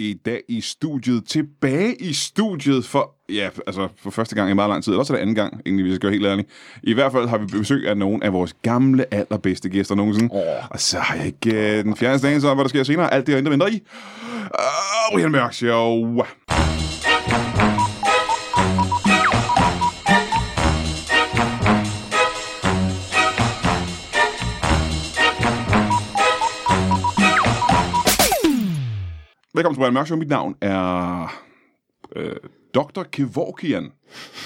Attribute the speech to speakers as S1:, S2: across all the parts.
S1: i dag i studiet, tilbage i studiet for, ja, altså for første gang i meget lang tid, eller også er det anden gang, egentlig, hvis jeg skal være helt ærlig. I hvert fald har vi besøg af nogle af vores gamle, allerbedste gæster nogensinde. Oh. Og så har jeg ikke øh, den fjerneste anelse om, hvad der sker senere. Alt det og intet mindre i. Og Brian Mørk Show. Velkommen til Brian Mørk Show. Mit navn er øh, Dr. Kevorkian.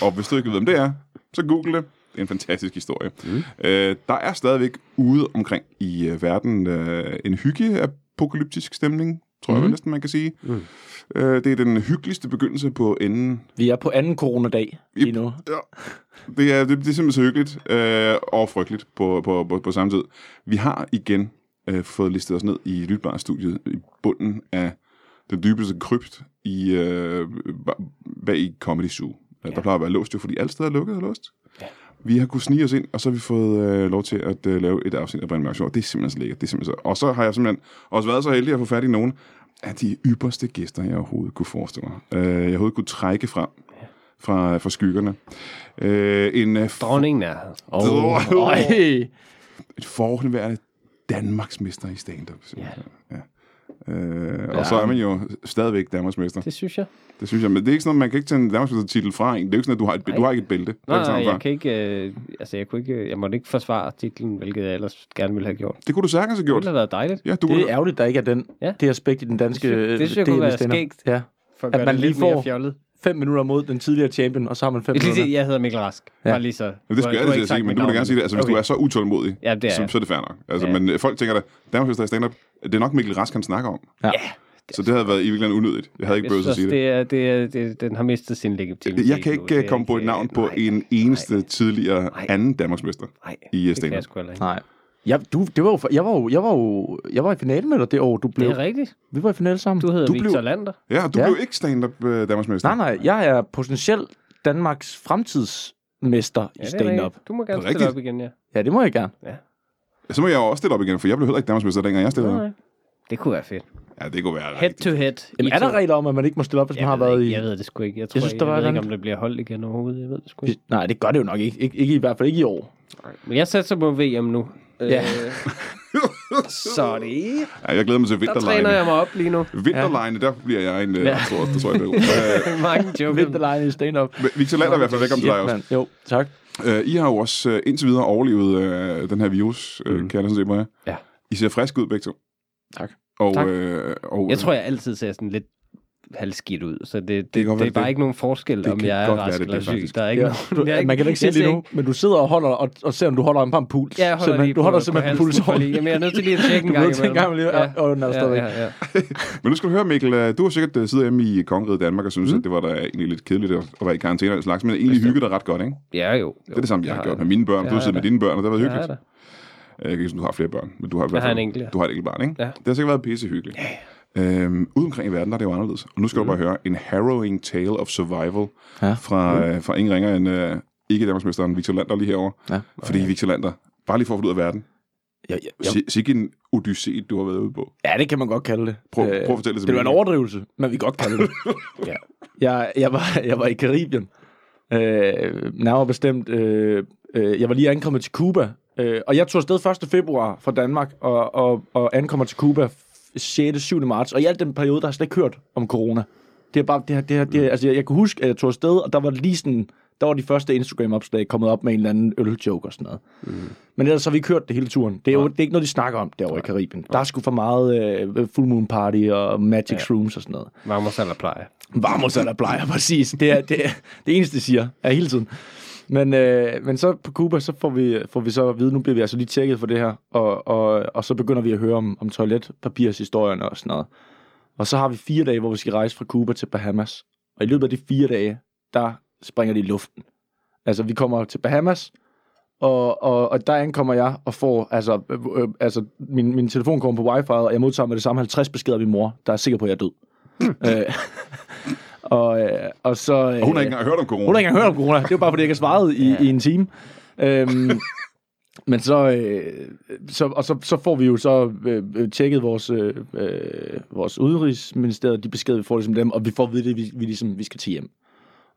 S1: Og hvis du ikke ved, hvem det er, så google det. Det er en fantastisk historie. Mm. Øh, der er stadigvæk ude omkring i øh, verden øh, en hygge-apokalyptisk stemning, tror mm. jeg næsten, man kan sige. Mm. Øh, det er den hyggeligste begyndelse på enden.
S2: Vi er på anden coronadag lige nu.
S1: Ja. Det, er, det, det er simpelthen så hyggeligt øh, og frygteligt på, på, på, på samme tid. Vi har igen øh, fået listet os ned i Lytbar-studiet i bunden af den dybeste krypt i, øh, ba- bag i Comedy Zoo. Ja. Der plejer at være låst jo, fordi alle steder er lukket og låst. Ja. Vi har kunnet snige os ind, og så har vi fået øh, lov til at øh, lave et afsnit af Brian Mørk Show. Det er simpelthen så lækkert. Det er simpelthen så... Og så har jeg simpelthen også været så heldig at få fat i nogen af de ypperste gæster, jeg overhovedet kunne forestille mig. Øh, jeg overhovedet kunne trække frem fra, fra skyggerne. Øh, en, øh, for,
S3: Dronningen er her.
S2: Åh,
S1: Åh.
S2: oh.
S1: et forhåndværende Danmarksmester i stand-up. simpelthen. Ja. Øh, og
S3: Ja.
S1: så er man jo stadigvæk Danmarksmester.
S3: Det synes jeg.
S1: Det synes jeg, men det er ikke sådan, at man kan ikke tage en Danmarksmester-titel fra en. Det er jo ikke sådan, at du har et, du har ikke et bælte. Det er
S3: Nej,
S1: ikke sådan,
S3: nej,
S1: fra.
S3: jeg kan ikke, øh, altså jeg, kunne ikke, jeg måtte ikke forsvare titlen, hvilket jeg ellers gerne ville have gjort. Det
S1: Det kunne du sagtens have gjort.
S3: ville have været dejligt.
S1: Ja, du
S4: Det
S1: kunne,
S4: er ærgerligt, der ikke er den,
S3: Ja.
S4: ja. det aspekt i den danske
S3: Det synes- det
S4: øh,
S3: synes jeg kunne
S4: del af
S3: være
S4: stand-up.
S3: skægt.
S4: Ja.
S3: For at,
S4: At
S3: gøre
S4: man
S3: det
S4: lige
S3: lidt mere
S4: får-
S3: fjollet.
S4: Fem minutter mod den tidligere champion, og så har man fem
S3: Jeg, skal
S4: minutter.
S3: sige, jeg hedder Mikkel Rask.
S4: Ja.
S3: Bare lige så.
S1: men det skulle jeg altid sige, men du må da gerne sige det. Altså, hvis
S4: Okay.
S1: du er så utålmodig,
S3: Ja, det er
S1: så,
S3: jeg.
S1: så er det fair nok. Altså,
S3: Ja.
S1: Men øh, folk tænker da, Danmarksmester i stand-up, det er nok Mikkel Rask, han snakker om.
S4: Ja.
S1: Så det havde været i virkeligheden unødigt. Jeg havde ikke
S3: Jeg
S1: behøvet
S3: synes
S1: at sige
S3: også,
S1: det.
S3: det er, det er, det, den har mistet sin legitimitet.
S1: Jeg kan
S3: nu. Det
S1: ikke
S3: er
S1: øh, komme på et navn på
S3: nej,
S1: en eneste tidligere
S3: Nej.
S1: anden Danmarksmester
S3: Nej,
S1: i øh,
S3: det kan jeg
S1: stand-up.
S3: sgu heller ikke.
S4: Nej. Ja, du, det var jo, jeg var jo, jeg var jo, jeg var i finalen med dig det år, du
S3: Det
S4: blev.
S3: er rigtigt.
S4: Vi var i finale sammen.
S3: Du hedder
S1: Du
S3: du
S1: blev-
S3: Victor Lander.
S1: Ja, og du
S4: Ja.
S1: blev ikke stand-up øh, Danmarksmester.
S4: Nej, nej, jeg er potentielt Danmarks fremtidsmester
S3: Ja,
S4: i
S3: det er
S4: stand-up.
S3: rigtigt. Du må gerne
S1: Er det
S3: stille op
S1: rigtigt?
S3: igen, ja.
S4: Ja, det må jeg gerne.
S1: Så må jeg jo også stille op igen, for jeg blev heller ikke Danmarksmester, dengang jeg stillede
S3: Nej,
S1: op.
S3: nej. Det kunne være fedt.
S1: Ja, det kunne være
S3: Head
S1: rigtigt.
S3: to head.
S4: Jamen,
S3: I
S4: er der
S3: to.
S4: regler om, at man ikke må stille op, hvis
S3: Jeg
S4: man har
S3: ved
S4: været
S3: ikke,
S4: i...
S3: Jeg ved det sgu ikke. Jeg, tror, jeg,
S4: synes,
S3: synes,
S4: der
S3: jeg
S4: var
S3: ved
S4: et
S3: ikke,
S4: andet.
S3: om det bliver holdt igen overhovedet. Jeg ved det sgu ikke.
S4: Jeg- Nej, det gør det jo nok ikke. Ikke, ikke i hvert fald ikke i år.
S3: Men jeg satser på VM nu.
S4: Ja.
S3: Øh, så det
S1: Ja, jeg glæder mig til
S3: Der træner jeg
S1: vinterlejene.
S3: mig op lige nu.
S1: Vinterlejene, der bliver jeg en... øh,
S3: Ja.
S1: Jeg tror også, det tror jeg, det er. Øh,
S3: Mange joker.
S4: Vinterlejren i stand-up.
S1: men Victor Lander i hvert fald, velkommen til dig
S4: Shit,
S1: også.
S4: mand. Jo, tak.
S1: Øh, I har jo også øh, indtil videre overlevet øh, den her virus, øh, mm. kan jeg næsten se på jer.
S3: Mhm. Ja.
S1: I ser friske ud begge to.
S4: Tak.
S1: Og,
S3: Tak.
S1: Øh, og,
S3: Jeg tror, jeg altid ser sådan lidt halvskidt ud, så det, det,
S1: kan
S3: det,
S1: godt
S3: det
S1: være,
S3: er bare
S1: det-
S3: ikke nogen forskel,
S1: det
S3: om
S1: kan
S3: jeg er
S1: godt være,
S3: rask
S1: det
S3: eller
S1: bliver
S3: syg.
S1: faktisk-
S3: Der er ikke
S4: Ja,
S3: nogen,
S4: du,
S3: jeg er
S4: man kan da ikke se
S3: jeg
S4: det
S3: ser
S4: nu, men du sidder og holder og, og ser, om du holder en pam puls.
S3: Ja, jeg holder
S4: Simpelthen.
S3: lige
S4: du holder
S3: på,
S4: simpelthen
S3: på
S4: pulsen
S3: halsen, for lige- Jamen, jeg er nødt til lige at tjekke
S4: Du
S3: en
S4: er
S3: gang
S4: nødt til en gang imellem. Ja, og den er der
S3: ja,
S4: stadigvæk.
S3: ja, ja.
S1: Men nu skal du høre, Mikkel, øh, du har sikkert øh, siddet hjemme i kongeriget Danmark og
S3: Mhm.
S1: synes, mm. at det var da egentlig lidt kedeligt at at være i karantæne og den slags, men egentlig hyggede dig ret godt, ikke? Jo.
S3: ja, jo. jo.
S1: Det er det samme, jeg har
S3: har
S1: gjort
S3: det.
S1: med mine børn. Du
S3: Det
S1: har
S3: har
S1: siddet med
S3: jeg
S1: dine børn, og det har været
S3: Ja,
S1: hyggeligt.
S3: da.
S1: Jeg kan Øh, ikke huske, om du har flere børn, men du har i hvert
S3: Jeg har
S1: fald...
S3: en enkelt, ja.
S1: Du har et enkelt barn, ikke?
S3: Ja.
S1: Det har sikkert været pisse hyggeligt. Øhm, ude omkring i verden, der er det jo anderledes. Og nu skal mm. du bare høre en harrowing tale of survival ja.
S4: Ja.
S1: fra, mm. øh, fra ingen ringer end øh, ikke Danmarksmesteren Victor Lander lige herovre.
S4: Ja.
S1: Fordi Victor Lander, bare lige for at få det ud af verden.
S4: Ja, ja, ja.
S1: Si- Sikke en odyssé, du har været ude på.
S4: Ja, det kan man godt kalde det.
S1: Prøv-
S4: Øh,
S1: prøv at fortælle det til
S4: Det var en
S1: mig.
S4: overdrivelse, men vi kan godt kalde det.
S3: Ja.
S4: jeg, jeg, var, jeg var i Karibien. Øh, nærmere bestemt. Øh, øh, jeg var lige ankommet til Cuba. Øh, og jeg tog afsted 1. februar fra Danmark og, og, og ankommer til Cuba 6. 7. marts. Og i al den periode, der har jeg slet ikke hørt om corona. Det er bare, det her, det her, det
S1: Mm.
S4: her, altså jeg, jeg kunne huske, at jeg tog afsted, og der var lige sådan, der var de første Instagram-opslag kommet op med en eller anden øl-joke og sådan noget. Men ellers har vi kørt det hele turen. Det er jo det er ikke noget, de snakker om derovre i Karibien. Der er sgu for meget øh, Full Moon Party og Magic ja. Shrooms og sådan noget.
S3: Vamos eller pleje.
S4: Vamos a la playa, præcis. Det er det, er, det eneste, de siger er hele tiden. Men, øh, men så på Cuba, så får vi, får vi så at vide, nu bliver vi altså lige tjekket for det her, og, og, og så begynder vi at høre om, om toiletpapirshistorierne og sådan noget. Og så har vi fire dage, hvor vi skal rejse fra Cuba til Bahamas. Og i løbet af de fire dage, der springer de i luften. Altså, vi kommer til Bahamas, og, og, og der ankommer jeg og får, altså, øh, øh, altså min, min telefon kommer på wifi, og jeg modtager med det samme 50 beskeder af min mor, der er sikker på, at jeg er død. øh, og, øh, og så...
S1: Hmm. Og hun har
S4: øh,
S1: ikke engang hørt om corona.
S4: hun har ikke engang hørt om corona. Det er jo bare, fordi jeg ikke har svaret i, ja. i en time. Øhm, Men så, øh, så, og så, så får vi jo så øh, øh, tjekket vores, øh, øh, vores udenrigsministeriet, de beskeder, vi får ligesom dem, og vi får at vide det, vi, vi, ligesom, vi skal til hjem.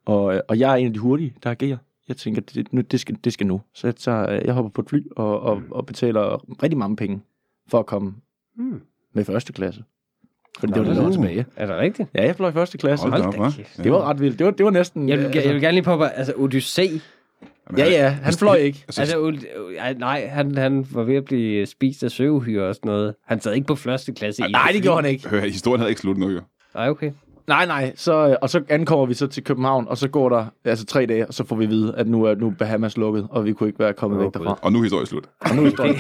S4: Og, øh, og jeg er en af de hurtige, der agerer. Jeg tænker, det, nu, det, skal, det skal nu. Så jeg, tager, øh, jeg hopper på et fly og, og, og betaler rigtig mange penge for at komme
S3: Hmm.
S4: med første klasse. Fordi det
S3: Nå,
S4: var det, der var
S1: uh.
S4: tilbage.
S3: Er det rigtigt?
S4: Ja, jeg fløj første klasse.
S1: Hold da op,
S3: da
S1: hva'?
S3: kæft.
S1: Ja.
S4: Det var ret vildt. Det var, det var næsten...
S3: Jeg vil,
S4: øh,
S3: jeg vil gerne lige påpege, altså Odyssey.
S1: Jamen,
S4: ja, ja, han fløj ikke.
S1: Altså,
S3: Altså, Od- øh, ej, nej, han, han var ved at blive spist af søvehyre og sådan noget. Han sad ikke på første klasse. i
S4: Nej, det gjorde han ikke.
S1: hør, her, historien havde ikke slut nu, jo.
S3: Nej, okay.
S4: Nej, nej. Så, øh, og så ankommer vi så til København, og så går der altså tre dage, og så får vi at vide, at nu er nu er Bahamas lukket, og vi kunne ikke være kommet
S3: Åh,
S4: oh, væk
S3: Gud.
S4: derfra.
S1: Og nu er historien slut.
S4: Og nu står det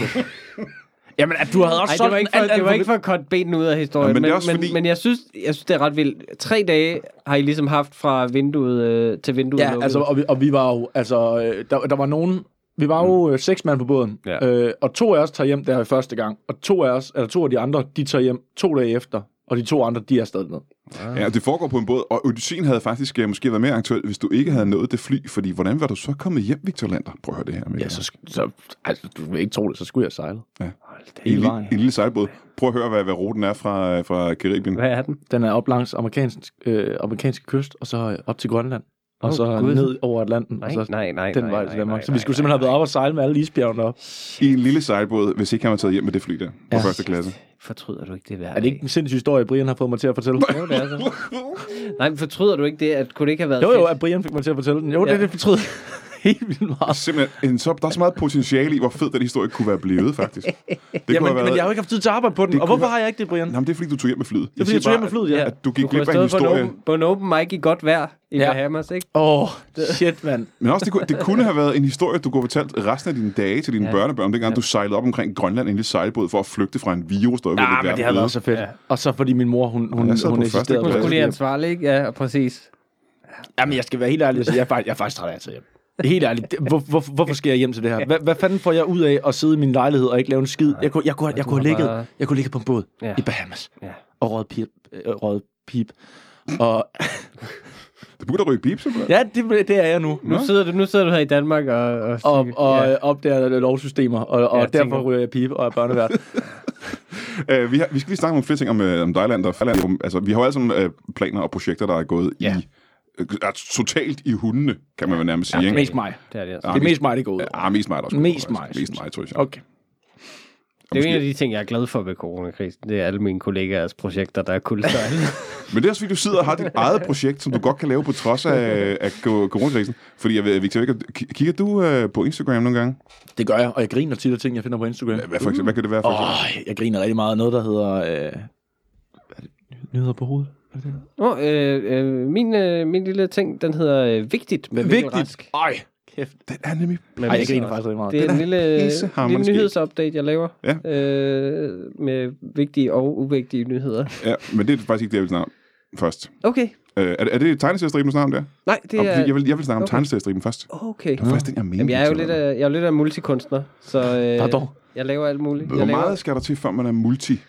S4: Jamen, at du havde også
S3: Ej, det var ikke for,
S4: alt, alt
S3: det var
S4: for-
S3: ikke for at korte benene ud af historien,
S1: Ja,
S3: ja,
S1: men
S3: men,
S1: det er
S3: men,
S1: også
S3: men,
S1: fordi-
S3: men jeg, synes, jeg synes, det er ret vildt. Tre dage har I ligesom haft fra vinduet øh, til vinduet
S4: Ja,
S3: lukket.
S4: altså, og vi, og vi var jo, altså, øh, der, der var nogen, vi var jo øh, seks mand på båden,
S3: Ja.
S4: øh, og to af os tager hjem der første gang, og to af os, eller to af de andre, de tager hjem to dage efter, og de to andre, de er stadig med.
S1: Ja, og det foregår på en båd, og Odysseen havde faktisk øh, måske været mere aktuel, hvis du ikke havde nået det fly, fordi hvordan var du så kommet hjem, Victor Lander? Prøv at høre det her med.
S4: Ja, så, sk- så altså, du vil ikke tro det, så skulle jeg sejle.
S1: en,
S2: hele
S1: lille,
S2: vejen.
S1: en lille sejlbåd. Prøv at høre, hvad, hvad ruten er fra, øh, fra Karibien.
S3: Hvad er den?
S4: Den er op langs amerikansk, øh, amerikanske kyst, og så øh, op til Grønland, og
S3: Åh,
S4: så
S3: Gud.
S4: ned over Atlanten,
S3: Nej,
S4: og så
S3: nej, nej.
S4: Altså, den
S3: nej,
S4: vej
S3: nej,
S4: til Danmark.
S3: nej,
S4: Så vi skulle simpelthen have været op og sejle med alle isbjergene op.
S1: I en lille sejlbåd, hvis ikke han var taget hjem med det fly der, på
S4: Ja.
S1: første klasse.
S3: Fortryder du ikke det hver
S4: Er det ikke en sindssyg historie, Brian har fået mig til at fortælle?
S3: Jo, det er så. Nej, men fortryder du ikke det? At, kunne det ikke have været
S4: Jo, jo,
S3: fedt?
S4: at Brian fik mig til at fortælle den. Jo,
S3: Ja.
S4: det, det fortrød helt vildt meget.
S1: Simpelthen, en, så, der er så meget potentiale i, hvor fed den historie kunne være blevet, faktisk. Det kunne
S4: Jamen,
S1: have været...
S4: men jeg har jo ikke haft tid til at arbejde på den.
S1: Det
S4: Og hvorfor
S1: kunne-
S4: har jeg ikke det, Brian?
S1: Nå, men det er fordi, du tog hjem med flyet. Det
S4: er, fordi jeg tog hjem med flyet, ja.
S1: At du gik
S3: Du kunne
S1: glip
S3: have
S1: af en
S3: stået på en,
S1: historie.
S3: open, på en open mic i godt vejr i
S4: Ja.
S3: ja. Bahamas, ikke?
S4: Åh, oh, shit, mand.
S1: Men også, det kunne, det kunne have været en historie, du kunne have fortalt resten af dine dage til dine ja.
S3: Ja.
S1: børnebørn, dengang ja. du sejlede op omkring Grønland i en lille sejlbåd for at flygte fra en virus, der var ved
S4: Ja,
S1: at
S4: men
S1: være
S4: det havde
S1: blevet.
S4: været så fedt.
S3: Ja.
S4: Og så fordi min mor, hun, hun,
S1: Jeg sad
S4: hun
S1: på første
S4: insisterede
S1: klasse.
S4: på
S3: Skulle lige
S4: det.
S3: ansvarlig, ikke? Ja, præcis.
S4: Jamen, jeg skal være helt ærlig og sige, jeg er faktisk, jeg er faktisk træt af at tage hjem. Helt ærligt, det- hvor, hvor, hvorfor skal jeg hjem til det her? Hvad, hvad fanden får jeg ud af at sidde i min lejlighed og ikke lave en skid? Jeg kunne, jeg kunne, jeg
S3: du
S4: kunne,
S3: har
S4: have, ligget,
S3: bare-
S4: jeg kunne ligge på en båd
S3: Ja.
S4: i Bahamas
S3: Ja.
S4: og røget pip. øh, røget pip. Og,
S1: Det begyndte at ryge bip, simpelthen.
S4: ja, det, det er jeg nu.
S3: Nu sidder, du, nu sidder du her i Danmark og... og,
S4: og, og
S3: ja.
S4: ja. opdager lovsystemer, og, og
S3: Ja,
S4: ja,
S3: jeg tænker-
S4: derfor ryger jeg pibe og er børnevært.
S1: Uh, vi, har, vi skal lige snakke om nogle flere ting om, uh, om dig, Lander. Lander. Altså, vi har jo alle sammen uh, planer og projekter, der er gået ja.
S3: Ja.
S1: i... Uh, er totalt i hundene, kan man vel nærmest sige. ikke?
S4: mest mig.
S3: Det er det, altså.
S4: Det er mest mig, det går ud. over.
S1: Ja, mest mig, der skulle
S4: Mest
S1: gå,
S4: mig,
S1: altså. Mest
S4: synes
S1: mig, tror jeg.
S4: Okay.
S3: Det er jo en af de ting, jeg er glad for ved coronakrisen. Det er alle mine kollegaers projekter, der er kuldsejlet.
S1: Men det er også fordi, du sidder og har dit eget projekt, som du godt kan lave på trods af, af co- coronakrisen. Fordi, jeg ved, Victor, jeg ved ikke, om- k- kigger du øh, på Instagram nogle gange?
S4: Det gør jeg, og jeg griner tit af ting, jeg finder på Instagram.
S1: Hvad, for eksempel, hvad kan det være for
S4: Åh,
S1: eksempel?
S4: oh, jeg griner rigtig meget af noget, der hedder... Øh, hvad er det? Nyheder på hovedet? Er det det?
S3: Nå, øh, øh, min, øh, min lille ting, den hedder øh, Vigtigt med Mikkel Rask.
S4: Ej, kæft.
S1: Den er nemlig...
S3: Men
S4: Ej, jeg
S3: altså,
S4: griner faktisk rigtig meget.
S3: Det
S1: Den
S3: er en
S1: er
S3: lille,
S1: pissehamrende
S3: lille
S1: skæg.
S3: nyhedsupdate, jeg laver.
S1: Ja.
S3: Øh, med vigtige og uvigtige nyheder.
S1: Ja, men det er faktisk ikke det, jeg vil snakke om først.
S3: Okay.
S1: Øh, er, det- er det tegneseriestriben, du snakker om der?
S3: Nej, det
S1: Om,
S3: er...
S1: jeg, vil, jeg vil snakke om
S3: okay.
S1: tegneseriestriben først. Det
S3: Okay.
S1: var faktisk den, jeg mener.
S3: Jamen, jeg er jo lidt af, jeg er jo lidt af multikunstner, så
S4: Pardon.
S3: øh, jeg laver alt muligt.
S1: Hvor
S3: Jeg laver,
S1: meget skal der til, før man er multi?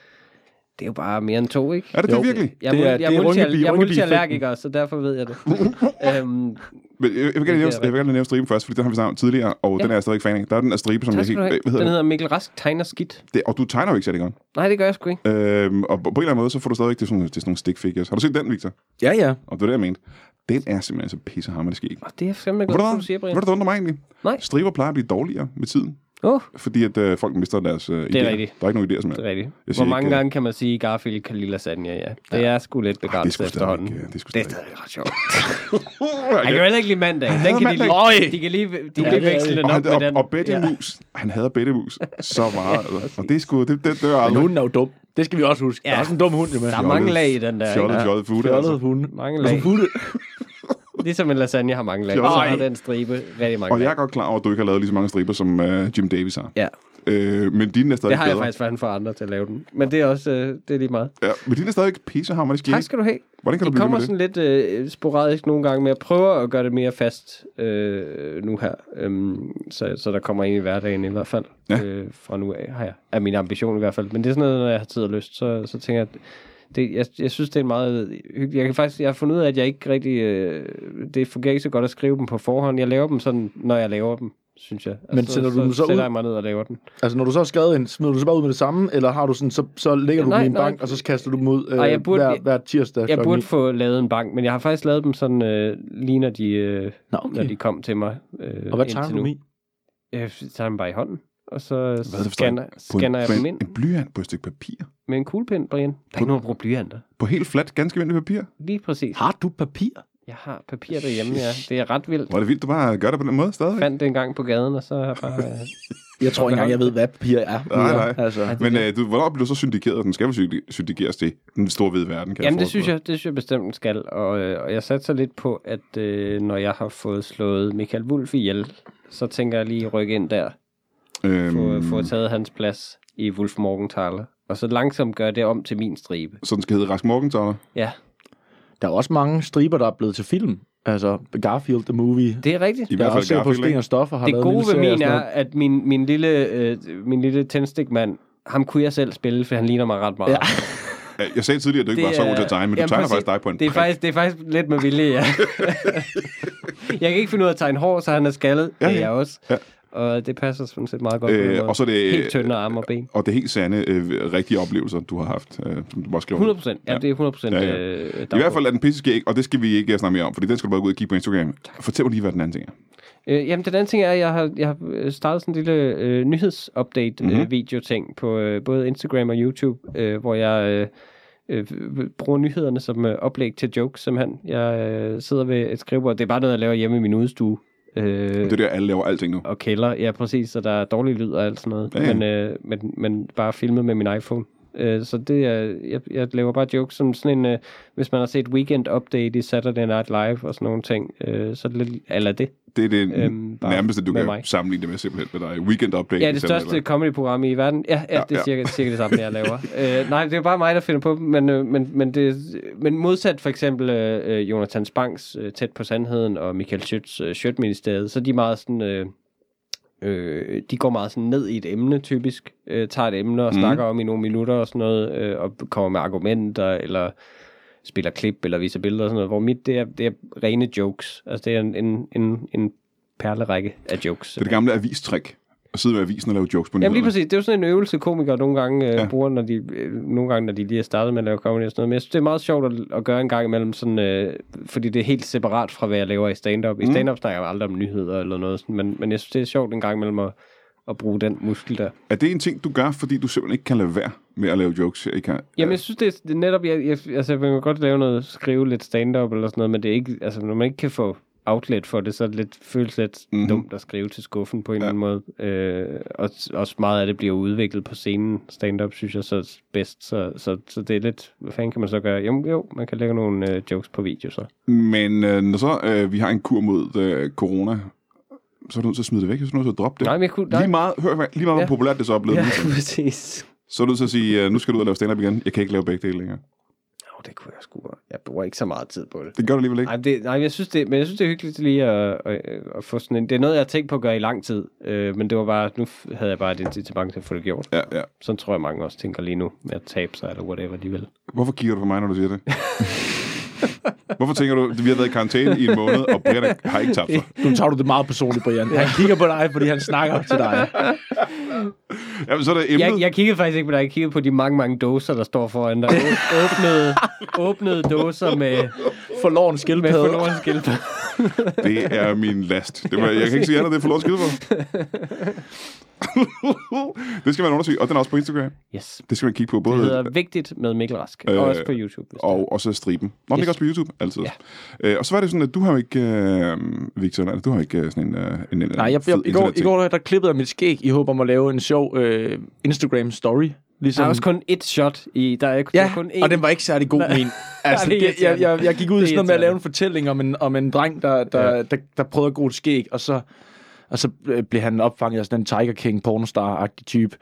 S3: det er jo bare mere end to, ikke?
S1: Er det
S4: Jo.
S1: det virkelig?
S3: Jeg
S4: Det
S3: er,
S4: er-
S3: mul- jeg
S4: det
S3: er,
S4: er
S3: multi-
S4: Rundeby-
S3: jeg er
S4: Rundeby-effekten.
S3: multiallergiker, så derfor ved jeg det. øhm,
S1: Men øh, jeg, jeg, vil gerne
S3: Det er
S1: nævne,
S3: rigtigt.
S1: jeg vil gerne nævne striben først, fordi den har vi snakket om tidligere, og ja.
S3: Ja.
S1: den er jeg stadig fan af. Der er den der stribe, som
S3: tak
S1: jeg
S3: skal
S1: helt...
S3: du have.
S1: Hvad hedder
S3: Den
S1: den?
S3: hedder Mikkel Rask tegner skidt.
S1: Det, og du tegner jo ikke særlig godt.
S3: Nej, det gør jeg sgu ikke.
S1: Øhm, og på på en eller anden måde, så får du stadigvæk det er sådan, det er sådan nogle stick figures. Har du set den, Victor?
S4: Ja, ja.
S1: Og det var det, jeg mente. Den er simpelthen så pissehammerende skæg.
S3: Og det er jeg fandme
S1: Ved
S3: godt,
S1: du
S3: for,
S1: hvad?
S3: du siger, Brian.
S1: Ved du, der undrer mig egentlig?
S3: Nej.
S1: Striber plejer at blive dårligere med tiden,
S3: Åh, oh,
S1: fordi at øh, folk mister deres øh, idéer.
S3: rigtigt.
S1: Der er ikke nogen idéer, som
S3: det er rigtigt.
S1: Jeg siger
S3: Hvor mange
S1: ikke, øh,
S3: gange kan man sige Garfield, Kalila, Sanja, ja. Det er sgu lidt
S1: Det er sgu
S3: begrænset
S1: stadig,
S3: efterhånden.
S1: øh, det er sgu
S3: Det er
S1: stadig.
S3: stadig ret sjovt.
S1: Uh,
S3: Han kan jo heller ikke lide mandag.
S1: Han
S3: Den
S1: hader
S3: kan de,
S1: mandag.
S3: lige, de kan lige, de kan
S4: det
S3: lige
S4: er
S3: veksle den
S1: og,
S3: op
S1: han,
S3: med
S1: og,
S3: den.
S1: og Bettemus, ja. han hader Bettemus så meget. altså. og det er sgu, det, det dør
S4: Men
S1: aldrig.
S4: hunden er jo dum. Det skal vi også huske. Ja. Der er
S3: Ja.
S4: også en dum hund, jo med.
S3: Der er mange lag i den der.
S1: Fjollet,
S3: Ikke?
S1: ja. fjollet food,
S4: Fjollet
S1: altså.
S4: hunde.
S3: Mange
S4: Altså,
S3: lag.
S4: hunde.
S3: Ligesom en lasagne har mange lag.
S1: Fjollet.
S3: Så
S4: Ej.
S3: har den stribe rigtig mange
S1: Og jeg
S3: lag.
S1: er godt klar over, at du ikke har lavet lige så mange striber, som uh, Jim Davis har.
S3: Ja,
S1: Øh, men dine er stadig
S3: det har jeg
S1: bedre.
S3: faktisk fandt for andre til at lave den. Men det er også øh, det er lige meget.
S1: Ja, men dine er stadig pissehammerende skæg.
S3: Tak skal du have.
S1: Hvordan kan du
S3: Det
S1: blive ved
S3: kommer
S1: med det?
S3: sådan lidt øh, sporadisk nogle gange, men jeg prøver at gøre det mere fast øh, nu her. Øhm, så, så der kommer ind i hverdagen i hvert fald.
S1: Ja.
S3: Øh, fra nu af har jeg. Er min ambition i hvert fald. Men det er sådan noget, når jeg har tid og lyst, så, så tænker jeg, at det, jeg, jeg synes, det er en meget hyggelig. Jeg, kan faktisk, jeg har fundet ud af, at jeg ikke rigtig... Øh, det fungerer ikke så godt at skrive dem på forhånd. Jeg laver dem sådan, når jeg laver dem. synes jeg.
S4: Men sætter du den så ud?
S3: sætter jeg mig ned og laver den.
S4: Altså, når du så har skrevet en, smider du så bare ud med det samme, eller har du sådan, så, så lægger du
S3: Nej,
S4: dem i en
S3: nej.
S4: bank, og så kaster du dem ud øh,
S3: Ej, jeg burde-
S4: hver, hver tirsdag
S3: Jeg
S4: klokken
S3: burde
S4: ni?
S3: få lavet en bank, men jeg har faktisk lavet dem sådan, øh, lige når de, øh,
S4: Nå,
S3: okay. når de
S4: okay.
S3: kom til mig. Øh,
S4: Og hvad
S3: indtil
S4: tager du
S3: nu.
S4: dem i?
S3: Jeg tager dem bare i hånden, og så
S1: forstår jeg
S3: hvad, scanner,
S1: På en-
S3: scanner jeg
S1: på en-
S3: dem ind
S1: En blyant på et stykke papir.
S3: med en kuglepind, Brian. Der er ikke nogen, der bruger blyanter.
S1: På helt fladt, ganske almindeligt papir.
S3: Lige præcis.
S4: Har du papir?
S3: Jeg har papir derhjemme, ja. Det er ret vildt.
S1: Hvor er det vildt, du bare gør det på den måde stadig.
S3: Jeg fandt det engang på gaden, og så har jeg bare... Øh,
S4: Jeg tror ikke engang, jeg ved, hvad papir er.
S1: Nej, nej.
S4: Altså.
S1: Men øh, du, hvornår blev du så syndikeret? Den skal vel syndi- syndikeres til den store hvide verden, kan
S3: Jamen,
S1: jeg
S3: det synes jeg, det synes jeg bestemt, den skal. Og, øh, og jeg satser lidt på, at øh, når jeg har fået slået Michael Wulff ihjel, så tænker jeg lige at rykke ind der.
S1: forestille mig.
S3: Få, få taget hans plads i Wulf Morgenthaler. Og så langsomt gøre det om til min stribe.
S1: Så den skal hedde Rask Morgenthaler.
S3: Ja,
S4: Der er også mange striber, der er blevet til film. Altså, Garfield the Movie. Det,
S3: det er rigtigt.
S1: I
S4: jeg
S1: hvert
S4: er
S1: fald
S4: også sikker på, at
S1: Garfield,
S4: Sten
S1: ikke?
S4: og Stoffer har
S3: Det
S4: lavet en
S3: gode
S4: lille
S3: ved
S4: serie og sådan
S3: min er,
S4: noget.
S3: at min, min lille, øh, min lille tændstikmand, ham kunne jeg selv spille, for han ligner mig ret meget. Ja,
S1: Ja, Jeg sagde tidligere, at du ikke var så god til at tegne, men du tegner faktisk dig på en
S3: det er
S1: prik.
S3: faktisk, det er faktisk lidt med vilje, ja. jeg kan ikke finde ud af at tegne hår, så han er skaldet.
S1: Ja,
S3: Ja, ja. Det er
S1: ja.
S3: jeg også.
S1: Ja.
S3: Ja. Og det passer sådan set meget godt. på den
S1: Øh,
S3: måde.
S1: og så er det,
S3: Helt tynde arme og ben.
S1: og det er helt sande, øh, rigtige oplevelser, du har haft, øh, som du bare skriver.
S3: 100 procent. Ja,
S1: Ja.
S3: det er 100 procent.
S1: Ja,
S3: Ja,
S1: ja.
S3: ja. øh,
S1: I hvert fald er den pisse skæg, og det skal vi ikke øh, snakke mere om, fordi den skal du bare gå ud og kigge på Instagram. Fortæl mig lige, hvad den anden ting er.
S3: Øh, jamen, den anden ting er, at jeg har, jeg har øh, startet sådan en lille øh, nyhedsupdate-video-ting på øh, både Instagram og YouTube, øh, hvor jeg øh, øh, bruger nyhederne som øh, oplæg til jokes, simpelthen. Jeg øh, sidder ved et skrivebord. Det er bare noget, jeg laver hjemme i min udstue. Øh,
S1: Det er der, alle laver alting nu.
S3: og kælder. Ja, præcis, så der er dårlig lyd og alt sådan noget.
S1: Ja, ja.
S3: Men, øh, men, men bare filmet med min iPhone. Øh, så det er, jeg, jeg laver bare jokes som sådan en, øh, hvis man har set Weekend Update i Saturday Night Live og sådan nogle ting, øh, så er det lidt, eller det.
S1: Det er det
S3: Øhm, bare
S1: nærmeste, du
S3: med
S1: kan
S3: mig.
S1: sammenligne det med simpelthen med dig. Weekend Update.
S3: Ja, det
S1: eksempel,
S3: største
S1: eller-
S3: comedy-program i verden. Ja, ja,
S1: Ja,
S3: ja det er
S1: ja.
S3: cirka, cirka det samme, jeg laver. øh, nej, det er jo bare mig, der finder på dem, men, øh, men, men, det, men modsat for eksempel øh, øh, Jonathan Spangs øh, Tæt på Sandheden og Michael Schøtts øh, Schøtministeriet, så er de meget sådan... Øh, Øh, de går meget sådan ned i et emne typisk, øh, tager et emne og
S1: Mhm.
S3: mm. snakker om i nogle minutter og sådan noget, øh, og kommer med argumenter, eller spiller klip, eller viser billeder og sådan noget, hvor mit, det er, det er rene jokes. Altså det er en, en, en, en perlerække af jokes.
S1: Det er det gamle avistrik. At sidde med avisen og lave jokes på
S3: Jamen lige
S1: nyhederne.
S3: præcis, det er jo sådan en øvelse, komikere nogle gange øh,
S1: Ja.
S3: ja. bruger, når de, øh, nogle gange, når de lige er startet med at lave comedy og sådan noget. Men jeg synes, det er meget sjovt at, at gøre en gang imellem, sådan, øh, fordi det er helt separat fra, hvad jeg laver i stand-up.
S1: Mm.
S3: I stand-up snakker jeg aldrig om nyheder eller noget, sådan, men, men jeg synes, det er sjovt en gang imellem at, at bruge den muskel der.
S1: Er det en ting, du gør, fordi du simpelthen ikke kan lade være med at lave jokes? Ikke kan,
S3: Jamen, jeg synes, det er, det er netop... Jeg, jeg, altså, man kan godt lave noget, skrive lidt stand-up eller sådan noget, men det er ikke... Altså, når man ikke kan få outlet for det, så er det lidt, føles lidt
S1: Mhm.
S3: mm-hmm. dumt at skrive til skuffen på en ja. eller anden måde. Øh, og s- også meget af det bliver udviklet på scenen. Stand-up synes jeg så er bedst, så, så, så det er lidt... Hvad fanden kan man så gøre? Jamen, jo, man kan lægge nogle øh, jokes på video, så.
S1: Men øh, når så øh, vi har en kur mod øh, corona, så er du nødt til at smide det væk. Så er du nødt til at droppe det.
S3: Nej, men jeg kunne... Nej.
S1: lige meget, hør, hvad- lige meget hvor
S3: Ja.
S1: populært det så er blevet.
S3: Ja,
S1: Ja.
S3: præcis.
S1: Så er du nødt til at sige, øh, nu skal du ud og lave stand-up igen. Jeg kan ikke lave begge dele længere.
S3: Nå, det kunne jeg sgu... godt. Jeg bruger ikke så meget tid på det.
S1: Det gør du alligevel ikke.
S3: Nej, det, nej jeg synes det, men jeg synes, det er hyggeligt lige at, at, at få sådan en... Det er noget, jeg har tænkt på at gøre i lang tid, øh, men det var bare... Nu f- havde jeg bare et incitament til at få det gjort.
S1: Ja, ja.
S3: Sådan tror jeg, mange også tænker lige nu med at tabe sig eller whatever de vil.
S1: Hvorfor kigger du på mig, når du siger det? Hvorfor tænker du, at vi har været i karantæne i en måned, og Brian har ikke tabt sig?
S4: Nu tager du det meget personligt, Brian. Han kigger på dig, fordi han snakker til dig.
S1: Jamen, så er det emnet.
S3: Jeg, jeg kiggede faktisk ikke på dig. Jeg kiggede på de mange, mange dåser, der står foran dig. Å- Åbnede, åbnede dåser med,
S4: For loven
S3: med
S4: skildpadde.
S3: forloren skildpadde.
S1: Det er min last. Det var, jeg kan ikke sige andet, det er for lov at skide på. det skal man undersøge, og den er også på Instagram.
S3: Yes.
S1: Det skal man kigge på,
S3: Det
S1: både
S3: hedder Vigtigt med Mikkel Rask.
S1: Øh,
S3: og også på YouTube. Hvis og...
S1: og, og så striben. Nå, den ligger
S3: Yes.
S1: også på YouTube, altid.
S3: Ja.
S1: Øh, og så var det sådan, at du har jo ikke, øh, Victor, nej, du har ikke øh, sådan en, øh, en, en
S4: Nej, jeg, jeg, i, går, i går der, der klippede jeg mit skæg i håb om at lave en sjov øh, Instagram-story.
S3: Der
S4: Ligesom...
S3: er også kun ét shot i. Der er, der
S4: Ja,
S3: er kun
S4: og den var ikke særlig god, min. Altså,
S3: Nej, det er
S4: det, jeg, jeg, jeg gik ud
S3: irriterende.
S4: i sådan noget med at lave en fortælling om en, om en dreng, der, der, ja. der, der prøvede at gro et skæg, og så, og så øh, blev han opfanget af sådan en Tiger King pornostar-agtig type.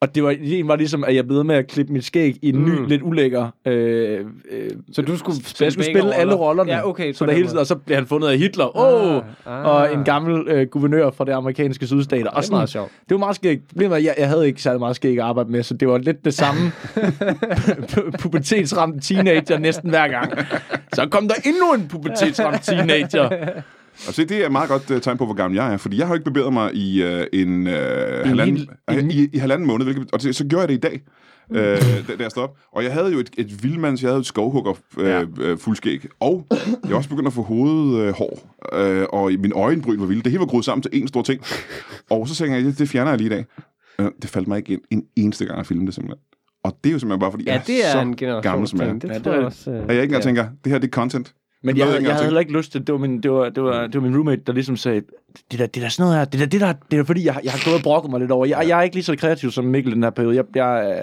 S4: Og det var, det var ligesom, at jeg blev med at klippe mit skæg i en ny,
S3: Mm.
S4: lidt ulækker... Øh, øh,
S3: Så du skulle
S4: så jeg
S3: spille,
S4: skulle
S3: begge
S4: spille roller. alle rollerne.
S3: Ja, okay.
S4: så
S3: på
S4: der
S3: den
S4: hele
S3: måde.
S4: tiden, og så blev han fundet af Hitler. Åh! Oh,
S3: Ah,
S4: og
S3: ah.
S4: en gammel øh, guvernør fra det amerikanske sydstater. Og
S3: Det er meget
S4: sådan-
S3: sjovt.
S4: Det var meget skægt. Problemet var, at jeg, jeg havde ikke særlig meget skæg at arbejde med, så det var lidt det samme pu- pubertetsramte teenager næsten hver gang. Så kom der endnu en pubertetsramt teenager.
S1: Og se, det er et meget godt uh, tegn på, hvor gammel jeg er, fordi jeg har jo ikke bevæget mig i uh, en, uh, halvanden,
S3: hel- Mm.
S1: en... I, i halvanden måned, hvilket, og det, så gjorde jeg det i dag, uh, da, da jeg stod op. Og jeg havde jo et, et vildmands, jeg havde et skovhugger uh, ja.
S4: Ja.
S1: uh, fuldskæg, og jeg er også begyndt at få hovedhår, uh, og min øjenbryn var vilde. Det hele var groet sammen til én stor ting. Og så tænkte jeg, det, det fjerner jeg lige i dag. Uh, det faldt mig ikke ind en eneste gang at filme det simpelthen. Og det er jo simpelthen bare, fordi
S3: Ja,
S1: jeg
S3: det
S1: så
S3: er en
S1: gammel, som jeg er.
S3: generationsting. Det
S4: Ja,
S3: tror
S4: det
S3: jeg
S4: er-
S3: også. øh,
S1: At jeg ikke engang tænker, det her det er content.
S4: Men
S1: Det
S4: jeg,
S1: ved
S4: jeg,
S1: ikke
S4: jeg havde
S1: engang
S4: heller ikke lyst til det. Det var min, det var, det var, det var min roommate, der ligesom sagde, det der, det der sådan noget her, det der, det der, det der, fordi jeg, har- jeg har gået og brokket mig lidt over. Jeg, jeg er ikke lige så kreativ som Mikkel den her periode. Jeg, jeg, er-